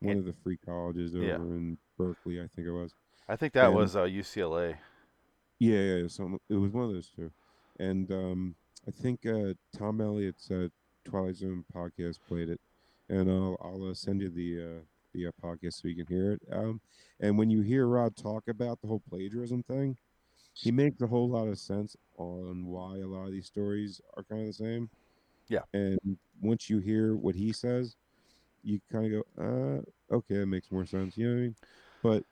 Speaker 2: one of the free colleges over
Speaker 1: Yeah.
Speaker 2: in Berkeley, I think it was.
Speaker 1: I think that
Speaker 2: And-
Speaker 1: was uh, UCLA.
Speaker 2: yeah, yeah, yeah, some it was one of those two, and um, I think uh, Tom Elliott's uh, Twilight Zone podcast played it, and I'll I'll uh, send you the uh, the uh, podcast so you can hear it. Um, and when you hear Rod talk about the whole plagiarism thing, he makes a whole lot of sense on why a lot of these stories are kind of the same.
Speaker 1: Yeah,
Speaker 2: and once you hear what he says, you kind of go, uh, okay, that makes more sense. You know what I mean? But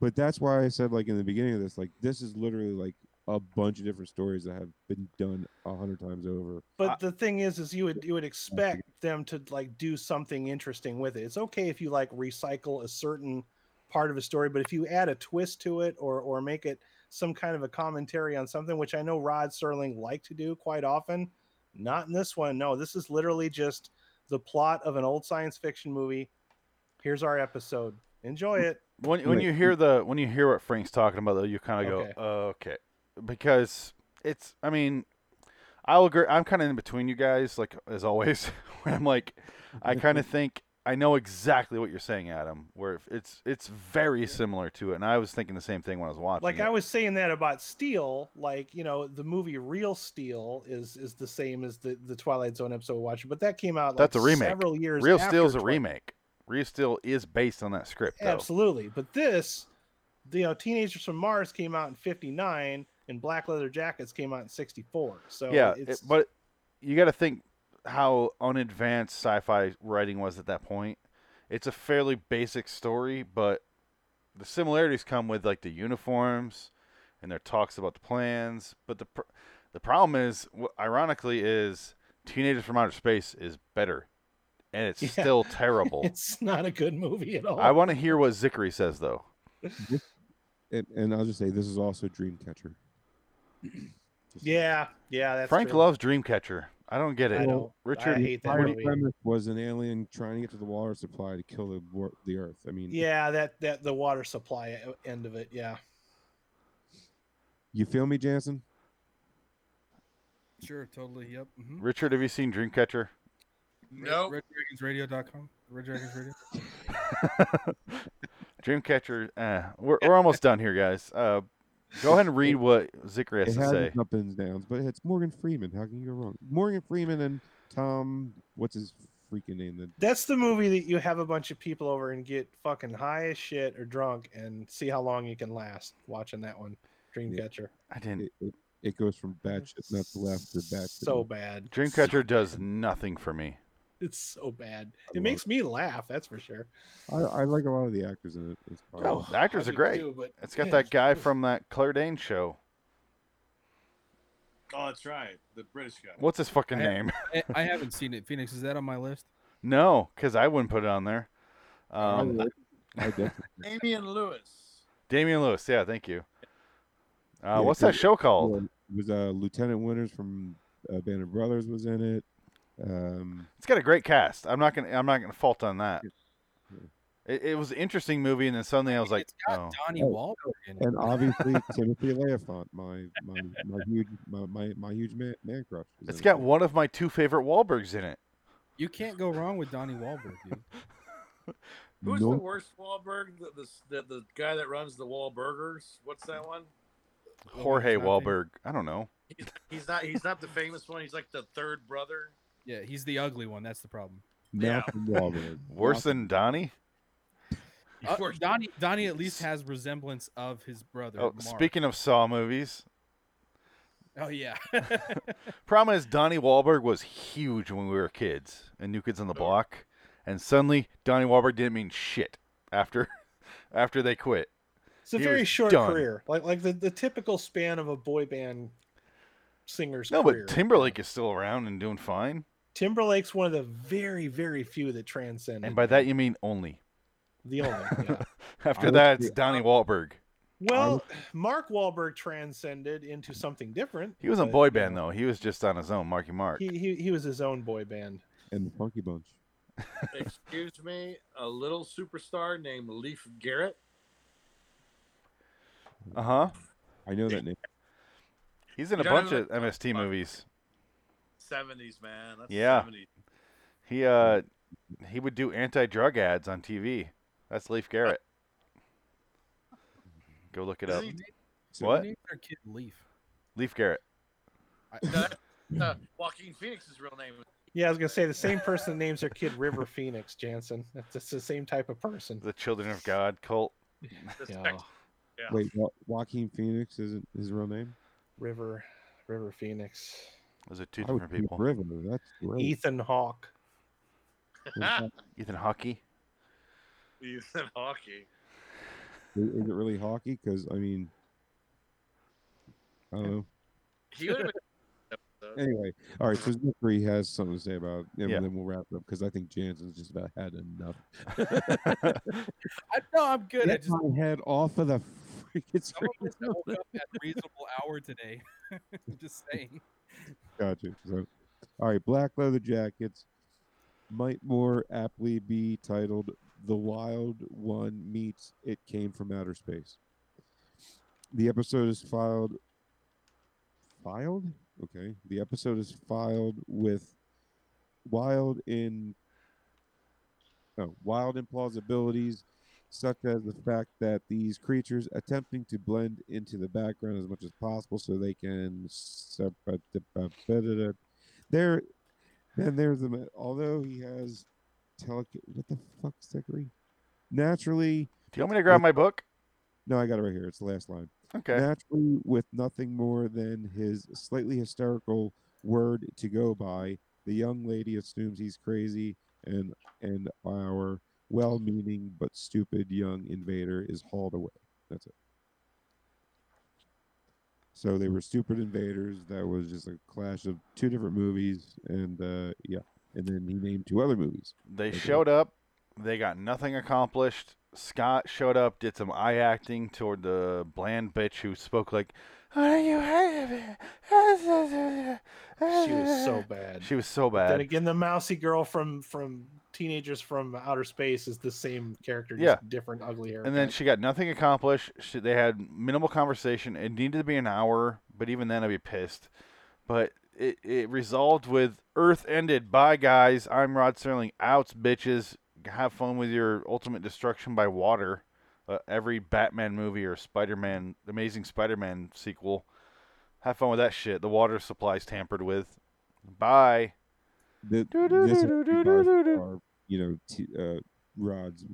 Speaker 2: but that's why I said like in the beginning of this, like this is literally like a bunch of different stories that have been done a hundred times over.
Speaker 13: But the thing is, is you would you would expect them to like do something interesting with it. It's okay if you like recycle a certain part of a story, but if you add a twist to it or or make it some kind of a commentary on something, which I know Rod Serling liked to do quite often, not in this one. No, this is literally just the plot of an old science fiction movie. Here's our episode. Enjoy it.
Speaker 1: When when you hear the when you hear what Frank's talking about though, you kind of
Speaker 13: Okay.
Speaker 1: go okay, because it's. I mean, I'll agree. I'm kind of in between you guys, like as always. *laughs* where I'm like, I kind of think I know exactly what you're saying, Adam. Where if it's it's very similar to it, and I was thinking the same thing when I was watching.
Speaker 13: like
Speaker 1: it.
Speaker 13: I was saying that about Steel, like you know, the movie Real Steel is is the same as the the Twilight Zone episode we watched, but that came out like
Speaker 1: That's a remake.
Speaker 13: several years.
Speaker 1: Real
Speaker 13: after
Speaker 1: Steel's a
Speaker 13: Twi-
Speaker 1: remake. Real Steel is based on that script, though.
Speaker 13: Absolutely, but this, the, you know, Teenagers from Mars came out in '59, and Black Leather Jackets came out in '64. So
Speaker 1: yeah, it-
Speaker 13: it's
Speaker 1: but you got to think how unadvanced sci-fi writing was at that point. It's a fairly basic story, but the similarities come with like the uniforms and their talks about the plans. But the pr- the problem is, wh- ironically, is Teenagers from Outer Space is better, and
Speaker 13: *laughs*
Speaker 1: it's still terrible.
Speaker 13: it's not a good movie at all.
Speaker 1: I want to hear what Zickery says though.
Speaker 2: And, and I'll just say this is also Dreamcatcher.
Speaker 13: yeah, yeah. That's
Speaker 1: Frank
Speaker 13: true.
Speaker 1: loves Dreamcatcher. I don't get it.
Speaker 13: I don't-
Speaker 1: Richard,
Speaker 13: I hate that
Speaker 2: Part of
Speaker 13: movie.
Speaker 2: the premise was an alien trying to get to the water supply to kill the wor- the Earth. I mean,
Speaker 13: Yeah, that that the water supply e- end of it. Yeah.
Speaker 2: you feel me, Jansen?
Speaker 11: Sure, totally. Yep. Mm-hmm.
Speaker 1: Richard, have you seen Dreamcatcher?
Speaker 11: No. RedDragonsRadio.com. Red Dragons Radio.
Speaker 1: Dreamcatcher. Eh, we're, we're almost done here, guys. Uh, go ahead and read what Zikri has
Speaker 2: it
Speaker 1: to
Speaker 2: has
Speaker 1: say.
Speaker 2: its up and downs, but it's Morgan Freeman. How can you go wrong? Morgan Freeman and Tom, what's his freaking name? The
Speaker 13: *laughs* That's the movie that you have a bunch of people over and get fucking high as shit or drunk and see how long you can last watching that one. Dreamcatcher.
Speaker 1: I didn't.
Speaker 2: It, it, it goes from batshit nuts left to batshit.
Speaker 13: So bad.
Speaker 1: Dreamcatcher does nothing for me.
Speaker 13: *laughs* It's so bad.
Speaker 2: I
Speaker 13: It makes me laugh, that's for sure.
Speaker 2: I, I like a lot of the actors in it. It's probably-
Speaker 1: Oh, the actors
Speaker 13: I
Speaker 1: are
Speaker 13: do
Speaker 1: great.
Speaker 13: too, but
Speaker 1: it's got
Speaker 13: yeah,
Speaker 1: that guy from that Claire Danes show.
Speaker 15: Oh, that's right. The British guy.
Speaker 1: What's his fucking
Speaker 11: I-
Speaker 1: name? *laughs*
Speaker 11: I, I haven't seen it. Phoenix, is that on my list?
Speaker 1: No, because I wouldn't put it on there. Um,
Speaker 11: would.
Speaker 15: Damian Lewis.
Speaker 1: Damian Lewis. Yeah, thank you. Uh,
Speaker 2: Yeah,
Speaker 1: what's
Speaker 2: it-
Speaker 1: that show called?
Speaker 2: It was uh, Lieutenant Winters from uh, Band of Brothers was in it. Um,
Speaker 1: It's got a great cast. I'm not gonna. I'm not gonna fault on that. It, it was an interesting movie, and then suddenly I was like, oh.
Speaker 11: Donnie Wahlberg in it.
Speaker 2: and obviously Timothy Oliphant, my my my huge my my, my huge man, man crush. is
Speaker 1: It's
Speaker 2: in
Speaker 1: got one of my two favorite Wahlbergs in it.
Speaker 11: You can't go wrong with Donnie Wahlberg,
Speaker 1: *laughs*
Speaker 11: dude.
Speaker 15: Who's
Speaker 1: Nope.
Speaker 15: the worst Wahlberg? The, the, the, the guy that runs the Wahlburgers? What's that one?
Speaker 1: Jorge
Speaker 11: Nothing.
Speaker 1: Wahlberg. I don't know.
Speaker 15: He's, he's not. He's not the famous one. He's like the third brother.
Speaker 11: Yeah, he's the ugly one. That's the problem.
Speaker 2: Malcolm Wahlberg.
Speaker 1: *laughs* Worse than Donnie.
Speaker 11: Uh, Donnie, Donnie at least has resemblance of his brother.
Speaker 1: Oh,
Speaker 11: Mark.
Speaker 1: speaking of Saw movies,
Speaker 11: Oh yeah.
Speaker 1: problem is Donnie Wahlberg was huge when we were kids and New Kids
Speaker 13: Oh.
Speaker 1: on the Block, and suddenly Donnie Wahlberg didn't mean shit after *laughs* after they quit.
Speaker 13: It's a
Speaker 1: He
Speaker 13: very
Speaker 1: was
Speaker 13: short
Speaker 1: done.
Speaker 13: career. Like like the, the typical span of a *laughs* boy band singer's
Speaker 1: No,
Speaker 13: career.
Speaker 1: but Timberlake is still around and doing fine.
Speaker 13: Timberlake's one of the very, very few that transcend.
Speaker 1: And by that you mean only.
Speaker 13: the
Speaker 1: *laughs*
Speaker 13: only yeah.
Speaker 1: After
Speaker 2: I
Speaker 1: that,
Speaker 2: would
Speaker 1: it's
Speaker 2: say-
Speaker 1: Donnie Wahlberg.
Speaker 13: Well, Mark Wahlberg transcended into something different.
Speaker 1: He was in
Speaker 13: but
Speaker 1: boy band though. He was just on his own, Marky Mark.
Speaker 13: He, he he was his own boy band.
Speaker 2: and the Funky Bunch.
Speaker 15: excuse me, a little superstar named Leaf Garrett.
Speaker 1: Uh huh.
Speaker 2: I know that name.
Speaker 1: He's in a
Speaker 15: You don't
Speaker 1: bunch
Speaker 15: know
Speaker 1: of MST movies.
Speaker 15: Seventies man, that's
Speaker 1: Yeah.
Speaker 15: 70s.
Speaker 1: He uh he would do anti-drug ads on TV. That's Leaf Garrett. Go look it up. What?
Speaker 11: Named our kid Leaf.
Speaker 1: Leaf Garrett.
Speaker 15: No, that's, uh, Joaquin Phoenix's real name.
Speaker 13: *laughs* Yeah, I was gonna say the same person that names their kid River Phoenix, Jansen. That's just the same type of person.
Speaker 1: The Children of God cult.
Speaker 13: Yeah.
Speaker 2: Wait, jo- Joaquin Phoenix isn't his real name?
Speaker 13: River, River Phoenix.
Speaker 1: Those are two
Speaker 2: I would
Speaker 1: different
Speaker 2: think
Speaker 1: people.
Speaker 2: River. That's great.
Speaker 13: Ethan Hawke.
Speaker 1: Ethan
Speaker 2: *laughs*
Speaker 1: Hockey.
Speaker 15: He's in hockey.
Speaker 2: Is, is it really hockey? Because I mean,
Speaker 13: *laughs*
Speaker 2: I don't know.
Speaker 15: He would have been.
Speaker 2: Anyway, all right. So Zachary has something to say about him,
Speaker 1: Yeah.
Speaker 2: and then we'll wrap it up because I think Jansen's just about had enough.
Speaker 11: I know I'm good. I
Speaker 2: Get
Speaker 11: just
Speaker 2: my head off of the *laughs* freaking
Speaker 11: some of us woke
Speaker 13: *laughs*
Speaker 2: screen.
Speaker 11: up at reasonable hour today. *laughs* I'm just saying.
Speaker 2: Gotcha. So, all right, Black Leather Jackets might more aptly be titled "The Wild One Meets It Came from Outer Space." The episode is filed. Filed? Okay. The episode is filed with wild in. No, wild implausibilities, such as the fact that these creatures attempting to blend into the background as much as possible so they can. separ- There, then there's the. Although he has tele. What the fuck's Zachary? Naturally.
Speaker 1: Do you want me to grab my book?
Speaker 2: No, I got it right here. It's the last line.
Speaker 1: Okay.
Speaker 2: Naturally, with nothing more than his slightly hysterical word to go by, the young lady assumes he's crazy, and and our well-meaning but stupid young invader is hauled away. That's it. So they were stupid invaders. That was just a clash of two different movies, and uh, yeah, and then he named two other movies.
Speaker 1: They
Speaker 2: That's it.
Speaker 1: showed up. They got nothing accomplished. Scott showed up, did some eye acting toward the bland bitch who spoke like What are you having?
Speaker 13: She was so bad.
Speaker 1: she was so
Speaker 13: Then
Speaker 1: bad.
Speaker 13: again, the mousy girl from from Teenagers from Outer Space is the same character, just
Speaker 1: Yeah.
Speaker 13: different ugly hair.
Speaker 1: And then she got nothing accomplished. She, they had minimal conversation. It needed to be an hour, but even then I'd be pissed. But it, it resolved with Earth ended. Bye, guys. I'm Rod Serling. Outs, bitches. Have fun with your ultimate destruction by water. Uh, every Batman movie or Spider Man, Amazing Spider Man sequel. Have fun with that shit. The water supply's tampered with. Bye.
Speaker 2: the,
Speaker 1: do,
Speaker 2: this
Speaker 1: do,
Speaker 2: has
Speaker 1: do,
Speaker 2: to be
Speaker 1: do,
Speaker 2: by
Speaker 1: do, do.
Speaker 2: far, you know t- uh, Rod's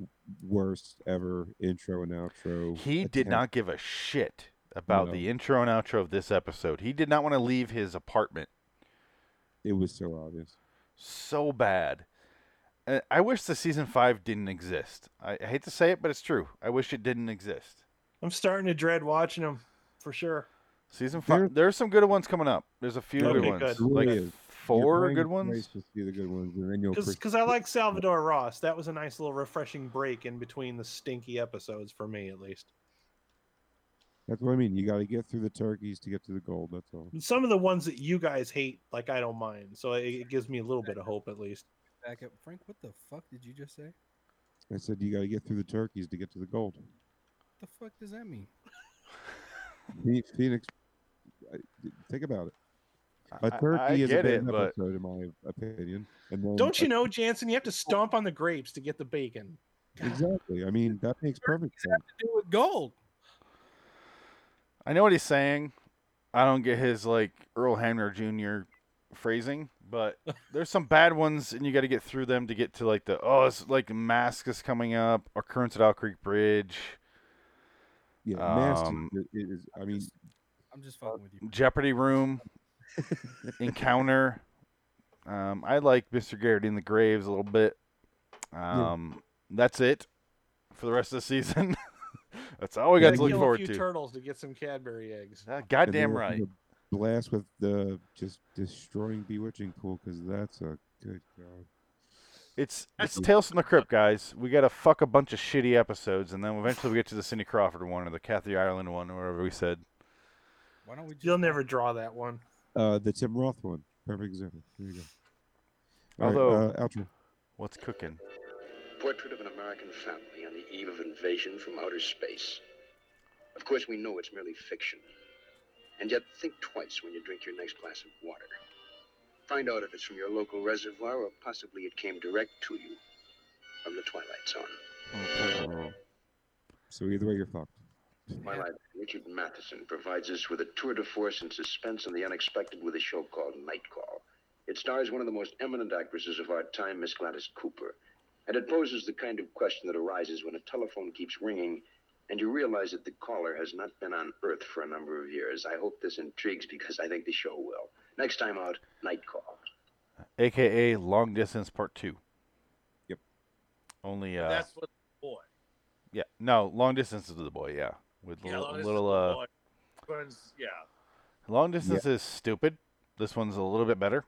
Speaker 2: worst ever intro and outro.
Speaker 1: He did
Speaker 2: attempt.
Speaker 1: not give a shit about
Speaker 2: No.
Speaker 1: the intro and outro of this episode. He did not want to leave his apartment.
Speaker 2: It was so obvious.
Speaker 1: So bad. Uh, I wish the season five didn't exist. I, I hate to say it, but it's true. I wish it didn't exist.
Speaker 13: I'm starting to dread watching them for sure.
Speaker 1: Season five.
Speaker 2: There-
Speaker 1: there's some good ones coming up. There's a few good
Speaker 13: Okay,
Speaker 1: ones,
Speaker 13: good.
Speaker 1: like
Speaker 2: Really is. You're
Speaker 1: four
Speaker 2: playing
Speaker 1: good
Speaker 2: it
Speaker 1: ones.
Speaker 2: nice to see the good ones, and then you'll appreciate
Speaker 13: Because I like Salvador Ross. That was a nice little refreshing break in between the stinky episodes for me, at least.
Speaker 2: That's what I mean. You got to get through the turkeys to get to the gold. That's all.
Speaker 13: And some of the ones that you guys hate, like I don't mind, so it, it gives me a little bit of hope at least.
Speaker 11: Back up, Frank. What the fuck did you just say? What
Speaker 2: I said you got to get through the turkeys to get to the gold.
Speaker 11: the fuck does that mean?
Speaker 2: Phe- Phoenix, I- think about it. A
Speaker 1: I-
Speaker 2: turkey
Speaker 1: I
Speaker 2: is
Speaker 1: get
Speaker 2: a
Speaker 1: it,
Speaker 2: bacon
Speaker 1: but-
Speaker 2: episode, in my opinion. And then
Speaker 13: Don't you
Speaker 2: a-
Speaker 13: know, Jansen? You have to stomp on the grapes to get the bacon.
Speaker 2: Exactly. I mean, that makes perfect sense.
Speaker 11: Do with gold.
Speaker 1: I know what he's saying. I don't get his like Earl Hamner Jr. phrasing, but
Speaker 13: *laughs*
Speaker 1: there's some bad ones, and you got to get through them to get to like the oh, it's like Mask is coming up, Occurrence at Owl Creek Bridge,
Speaker 2: Yeah, nasty.
Speaker 1: Um,
Speaker 2: It- it is- I mean,
Speaker 11: I'm just fucking with you.
Speaker 1: Jeopardy Room, Encounter. Um, I like Mr. Garrett in the Graves a little bit. Um, That's it for the rest of the season. *laughs* that's all we got to look
Speaker 13: kill
Speaker 1: forward
Speaker 13: a few
Speaker 1: to.
Speaker 13: turtles to get some Cadbury eggs.
Speaker 1: Ah,
Speaker 2: And they
Speaker 1: Goddamn
Speaker 2: were
Speaker 1: right.
Speaker 2: gonna Blast with the just destroying Bewitching Pool because that's a good god.
Speaker 1: It's it's
Speaker 2: That's-
Speaker 1: Tales from the Crypt, guys. We gotta fuck a bunch of shitty episodes, and then eventually we get to the Cindy Crawford one or the Kathy Ireland one, or whatever we said.
Speaker 11: Why don't we just
Speaker 13: You'll never draw that one.
Speaker 2: Uh, the Tim Roth one, perfect example. There you go. All right,
Speaker 1: Although-
Speaker 2: uh, outro.
Speaker 1: What's cooking?
Speaker 9: Portrait of an American family on the eve of invasion from outer space. Of course, we know it's merely fiction. And yet, think twice when you drink your next glass of water. Find out if it's from your local reservoir or possibly it came direct to you from the Twilight Zone.
Speaker 2: So either way, you're fucked.
Speaker 9: Twilight, Richard Matheson provides us with a tour de force in suspense and the unexpected with a show called Night Call. It stars one of the most eminent actresses of our time, Miss Gladys Cooper, and it poses the kind of question that arises when a telephone keeps ringing and you realize that the caller has not been on Earth for a number of years. I hope this intrigues because I think the show will. Next time out, Night Call.
Speaker 1: AKA Long Distance Part 2.
Speaker 2: Yep.
Speaker 1: Only, uh,
Speaker 15: That's what boy.
Speaker 1: yeah. No, Long Distance is the boy, yeah. With
Speaker 15: Yeah,
Speaker 1: little,
Speaker 15: this
Speaker 1: little uh,
Speaker 15: boy runs- yeah.
Speaker 1: Long distance is stupid. This one's a little bit better.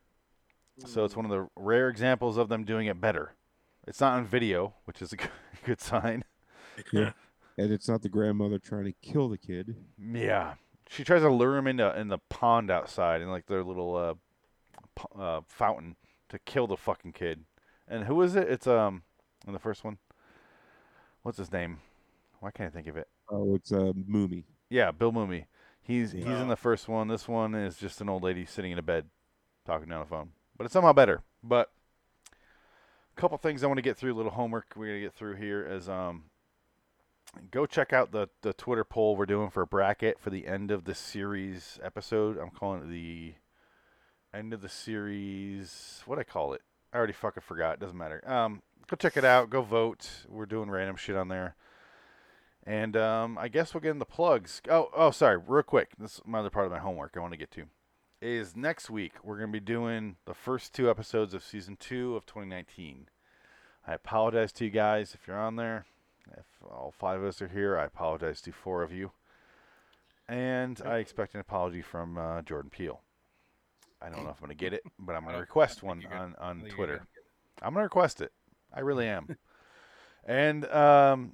Speaker 1: So
Speaker 15: Mm.
Speaker 1: it's one of the rare examples of them doing it better. It's not on video, which is a g- *laughs* good sign.
Speaker 2: Yeah. and it's not the grandmother trying to kill the kid.
Speaker 1: Yeah. She tries to lure him into in the pond outside in like their little uh, p- uh fountain to kill the fucking kid. And who is it? It's um in the first one. What's his name? Why can't I think of it?
Speaker 2: Oh, it's a uh, Moomy.
Speaker 1: Yeah, Bill Mumy. He's he's
Speaker 2: Yeah.
Speaker 1: in the first one. This one is just an old lady sitting in a bed talking down the phone. But it's somehow better. But a couple things I want to get through, a little homework we're gonna get through here is um go check out the, the Twitter poll we're doing for a bracket for the end of the series episode. I'm calling it the end of the series what I call it. I already fucking forgot. Doesn't matter. Um go check it out, go vote. We're doing random shit on there. And um, I guess we'll get into plugs. Oh, oh, sorry, real quick. This is my other part of my homework I want to get to. Is next week we're going to be doing the first two episodes of season two of 2019. I apologize to you guys if you're on there. If all five of us are here, I apologize to four of you. And I expect an apology from uh, Jordan Peele. I don't know if I'm going to get it, but I'm going to request one on, on Twitter. I'm going to request it. I really am. and um,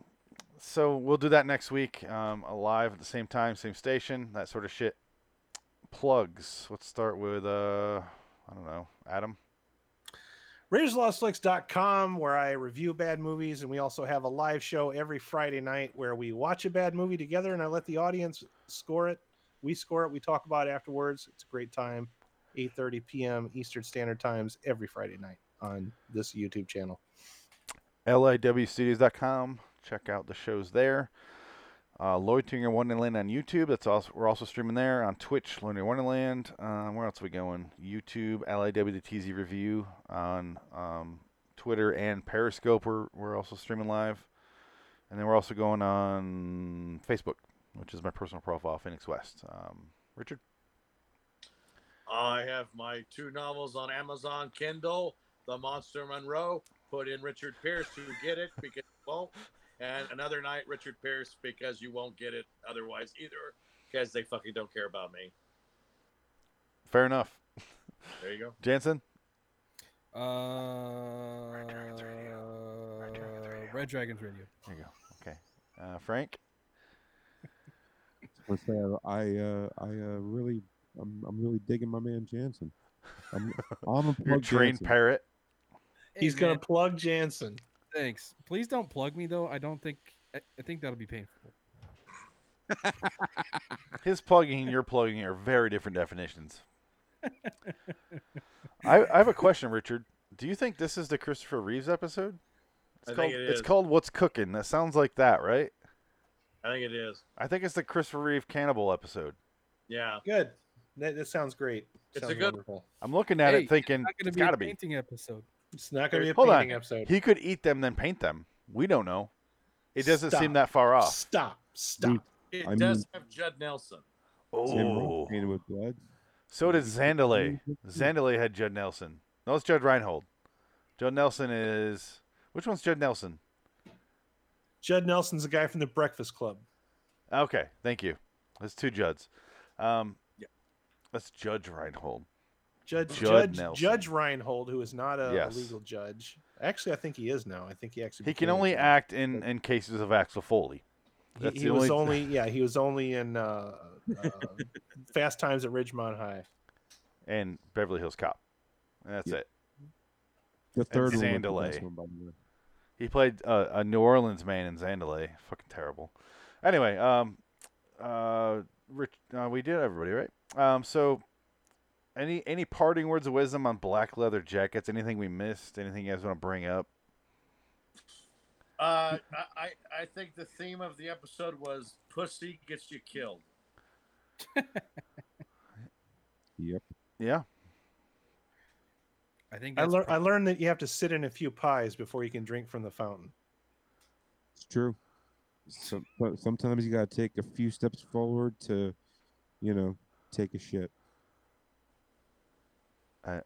Speaker 1: so we'll do that next week. Um, live at the same time, same station, that sort of shit. Plugs. Let's start with, uh, I don't know, Adam.
Speaker 13: RaidersLostLicks.com, where I review bad movies, and we also have a live show every Friday night where we watch a bad movie together, and I let the audience score it. We score it. We talk about it afterwards. It's a great time. 8:30 p.m. Eastern Standard Times every Friday night on this YouTube channel.
Speaker 1: LIWstudios.com. Check out the shows there. Uh, Loitering in Wonderland on YouTube. That's also we're also streaming there on Twitch. Loitering in Wonderland. Um, where else are we going? YouTube. LIWTZ review on um, Twitter and Periscope. We're we're also streaming live, and then we're also going on Facebook, which is my personal profile, Phoenix West. Um, Richard.
Speaker 15: I have my two novels on Amazon Kindle, The Monster Monroe, put in Richard Pierce to get it because you won't, and another night Richard Pierce because you won't get it otherwise either because they fucking don't care about me.
Speaker 1: Fair enough.
Speaker 15: There you go.
Speaker 1: Jansen.
Speaker 11: Uh, Red Dragons Radio. Red Dragons Radio.
Speaker 1: There you go. Okay. Uh, Frank.
Speaker 2: Let's say I I, uh, I uh, really I'm, I'm really digging my man Jansen. I'm I'm a
Speaker 1: *laughs* Your
Speaker 2: plug
Speaker 1: trained
Speaker 2: Jansen.
Speaker 1: parrot.
Speaker 13: He's
Speaker 11: Hey,
Speaker 13: gonna
Speaker 11: man.
Speaker 13: plug Jansen.
Speaker 11: Thanks. Please don't plug me though. I don't think. I, I think that'll be painful.
Speaker 1: His plugging and your plugging are very different definitions. I, I have a question, Richard. Do you think this is the Christopher Reeves episode? It's
Speaker 15: I think
Speaker 1: called
Speaker 15: it
Speaker 1: it's
Speaker 15: is.
Speaker 1: called What's Cooking. That sounds like that, right?
Speaker 15: I think it is.
Speaker 1: I think it's the Christopher Reeve cannibal episode.
Speaker 15: Yeah.
Speaker 13: Good. That, that sounds great.
Speaker 15: It's a
Speaker 13: sounds
Speaker 15: good-
Speaker 13: wonderful.
Speaker 1: I'm looking at
Speaker 11: Hey,
Speaker 1: it thinking
Speaker 11: not gonna
Speaker 1: it's
Speaker 11: be
Speaker 1: got
Speaker 11: a
Speaker 1: to be.
Speaker 11: painting episode.
Speaker 13: It's not gonna be a
Speaker 1: Hold on.
Speaker 13: painting episode.
Speaker 1: He could eat them then paint them. We don't know. It doesn't
Speaker 13: Stop.
Speaker 1: seem that far off.
Speaker 13: Stop. Stop.
Speaker 15: It
Speaker 2: I
Speaker 15: does
Speaker 2: mean-
Speaker 15: have Judd Nelson.
Speaker 2: Tim Roth
Speaker 1: Oh.
Speaker 2: painted with blood.
Speaker 1: So did Zandalay. Zandalay had Judd Nelson. No, it's Judd Reinhold. Judd Nelson is which one's Judd Nelson?
Speaker 13: Judd Nelson's a guy from the Breakfast Club.
Speaker 1: Okay, thank you. That's two Judds. Um, That's Judge Reinhold.
Speaker 13: Judge
Speaker 1: Judd
Speaker 13: Judge,
Speaker 1: Nelson.
Speaker 13: Judge Reinhold, who is not a, a
Speaker 1: Yes.
Speaker 13: legal judge. Actually, I think he is now. I think he actually
Speaker 1: He can
Speaker 13: became a
Speaker 1: only
Speaker 13: judge.
Speaker 1: act in, in cases of Axel Foley.
Speaker 13: He-
Speaker 1: That's
Speaker 13: he,
Speaker 1: the
Speaker 13: was
Speaker 1: only, *laughs*
Speaker 13: only yeah he was only in uh, uh, Fast Times at Ridgemont High.
Speaker 1: and Beverly Hills Cop. And that's it.
Speaker 2: The third
Speaker 1: and
Speaker 2: one was the
Speaker 1: Zandalay.
Speaker 2: best one, by the way.
Speaker 1: He played uh, a New Orleans man in Zandalay. Fucking terrible. Anyway, um, uh, Rich, uh, we did everybody right. Um, so any any parting words of wisdom on black leather jackets? Anything we missed? Anything you guys want to bring up?
Speaker 15: Uh, I, I- I think the theme of the episode was "Pussy gets you killed."
Speaker 2: Yep.
Speaker 1: Yeah.
Speaker 11: I think
Speaker 13: I,
Speaker 11: that's
Speaker 13: lear- I learned that you have to sit in a few pies before you can drink from the fountain.
Speaker 2: It's true. Some, but sometimes you got to take a few steps forward to, you know, take a shit.
Speaker 1: I,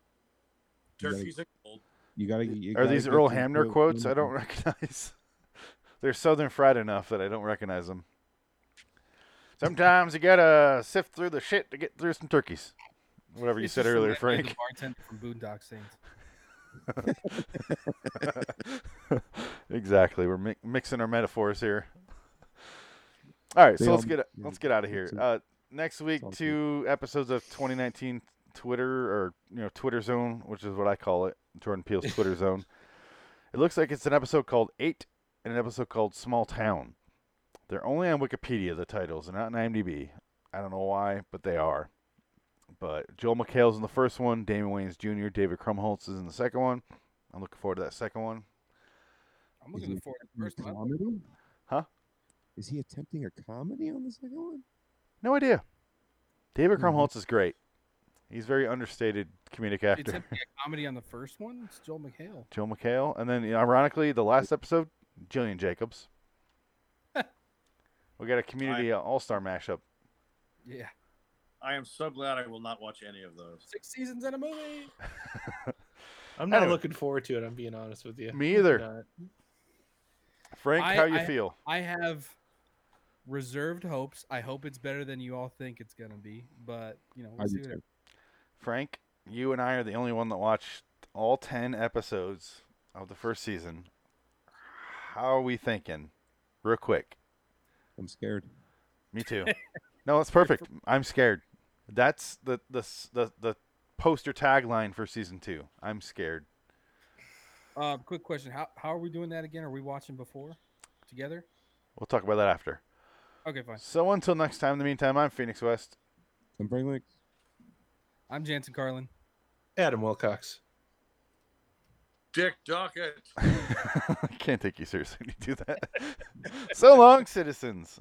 Speaker 15: Turkeys are cold.
Speaker 2: You gotta. You
Speaker 1: Are
Speaker 2: gotta
Speaker 1: these
Speaker 2: get
Speaker 1: Earl
Speaker 2: some
Speaker 1: Hamner
Speaker 2: real
Speaker 1: quotes? I
Speaker 2: things.
Speaker 1: don't *laughs* recognize. They're Southern fried enough that I don't recognize them. Sometimes you gotta sift through the shit to get through some turkeys. Whatever you
Speaker 11: It's
Speaker 1: said
Speaker 11: just
Speaker 1: earlier,
Speaker 11: like the
Speaker 1: Frank.
Speaker 11: bartender from Boondock Saints.
Speaker 1: *laughs* exactly. We're mi- mixing our metaphors here. All right,
Speaker 2: They
Speaker 1: so
Speaker 2: all
Speaker 1: let's
Speaker 2: mi-
Speaker 1: get
Speaker 2: yeah,
Speaker 1: let's get out of here.
Speaker 2: it's a-
Speaker 1: Uh, next week, two episodes of 2019 Twitter or you know Twitter Zone, which is what I call it, Jordan Peele's Twitter Zone. It looks like it's an episode called Eight and an episode called Small Town. They're only on Wikipedia. The titles they're not on IMDb. I don't know why, but they are. But Joel McHale's in the first one. Damon Wayans Jr. David Krumholtz is in the second one. I'm looking forward to that second one.
Speaker 11: I'm looking forward to the first one.
Speaker 2: Comedy?
Speaker 1: Huh?
Speaker 2: Is he attempting a comedy on the second one?
Speaker 1: No idea. David Krumholtz is great. He's very understated comedic
Speaker 11: It's
Speaker 1: actor.
Speaker 11: simply a comedy on the first one. It's Joel McHale.
Speaker 1: Joel McHale, and then ironically, the last episode, Jillian
Speaker 11: *laughs*
Speaker 1: Jacobs. we got a community uh, all-star mashup.
Speaker 11: Yeah.
Speaker 15: I am so glad I will not watch any of those.
Speaker 11: Six seasons and a movie.
Speaker 13: I'm not
Speaker 1: Anyway.
Speaker 13: looking forward to it. I'm being honest with you.
Speaker 1: Me
Speaker 13: I'm
Speaker 1: either.
Speaker 13: not.
Speaker 1: Frank,
Speaker 11: I-
Speaker 1: how you
Speaker 11: I-
Speaker 1: feel?
Speaker 11: I have reserved hopes. I hope it's better than you all think it's gonna be, but you know, we'll
Speaker 1: I
Speaker 11: see
Speaker 1: do
Speaker 11: what
Speaker 1: too. Frank, you and I are the only one that watched all ten episodes of the first season. How are we thinking? Real quick.
Speaker 2: I'm scared.
Speaker 1: Me too. *laughs* no, that's perfect. I'm scared. That's the the s- the the poster tagline for season two. I'm scared.
Speaker 11: Uh, quick question: How how are we doing that again? Are we watching before together?
Speaker 1: We'll talk about that after.
Speaker 11: Okay, fine.
Speaker 1: So until next time, in the meantime, I'm Phoenix West. *laughs*
Speaker 2: I'm Frank Lake.
Speaker 11: I'm Jansen Carlin.
Speaker 13: Adam Wilcox.
Speaker 15: Dick Dockett.
Speaker 11: *laughs*
Speaker 1: I can't take you seriously when you do that. so long, citizens.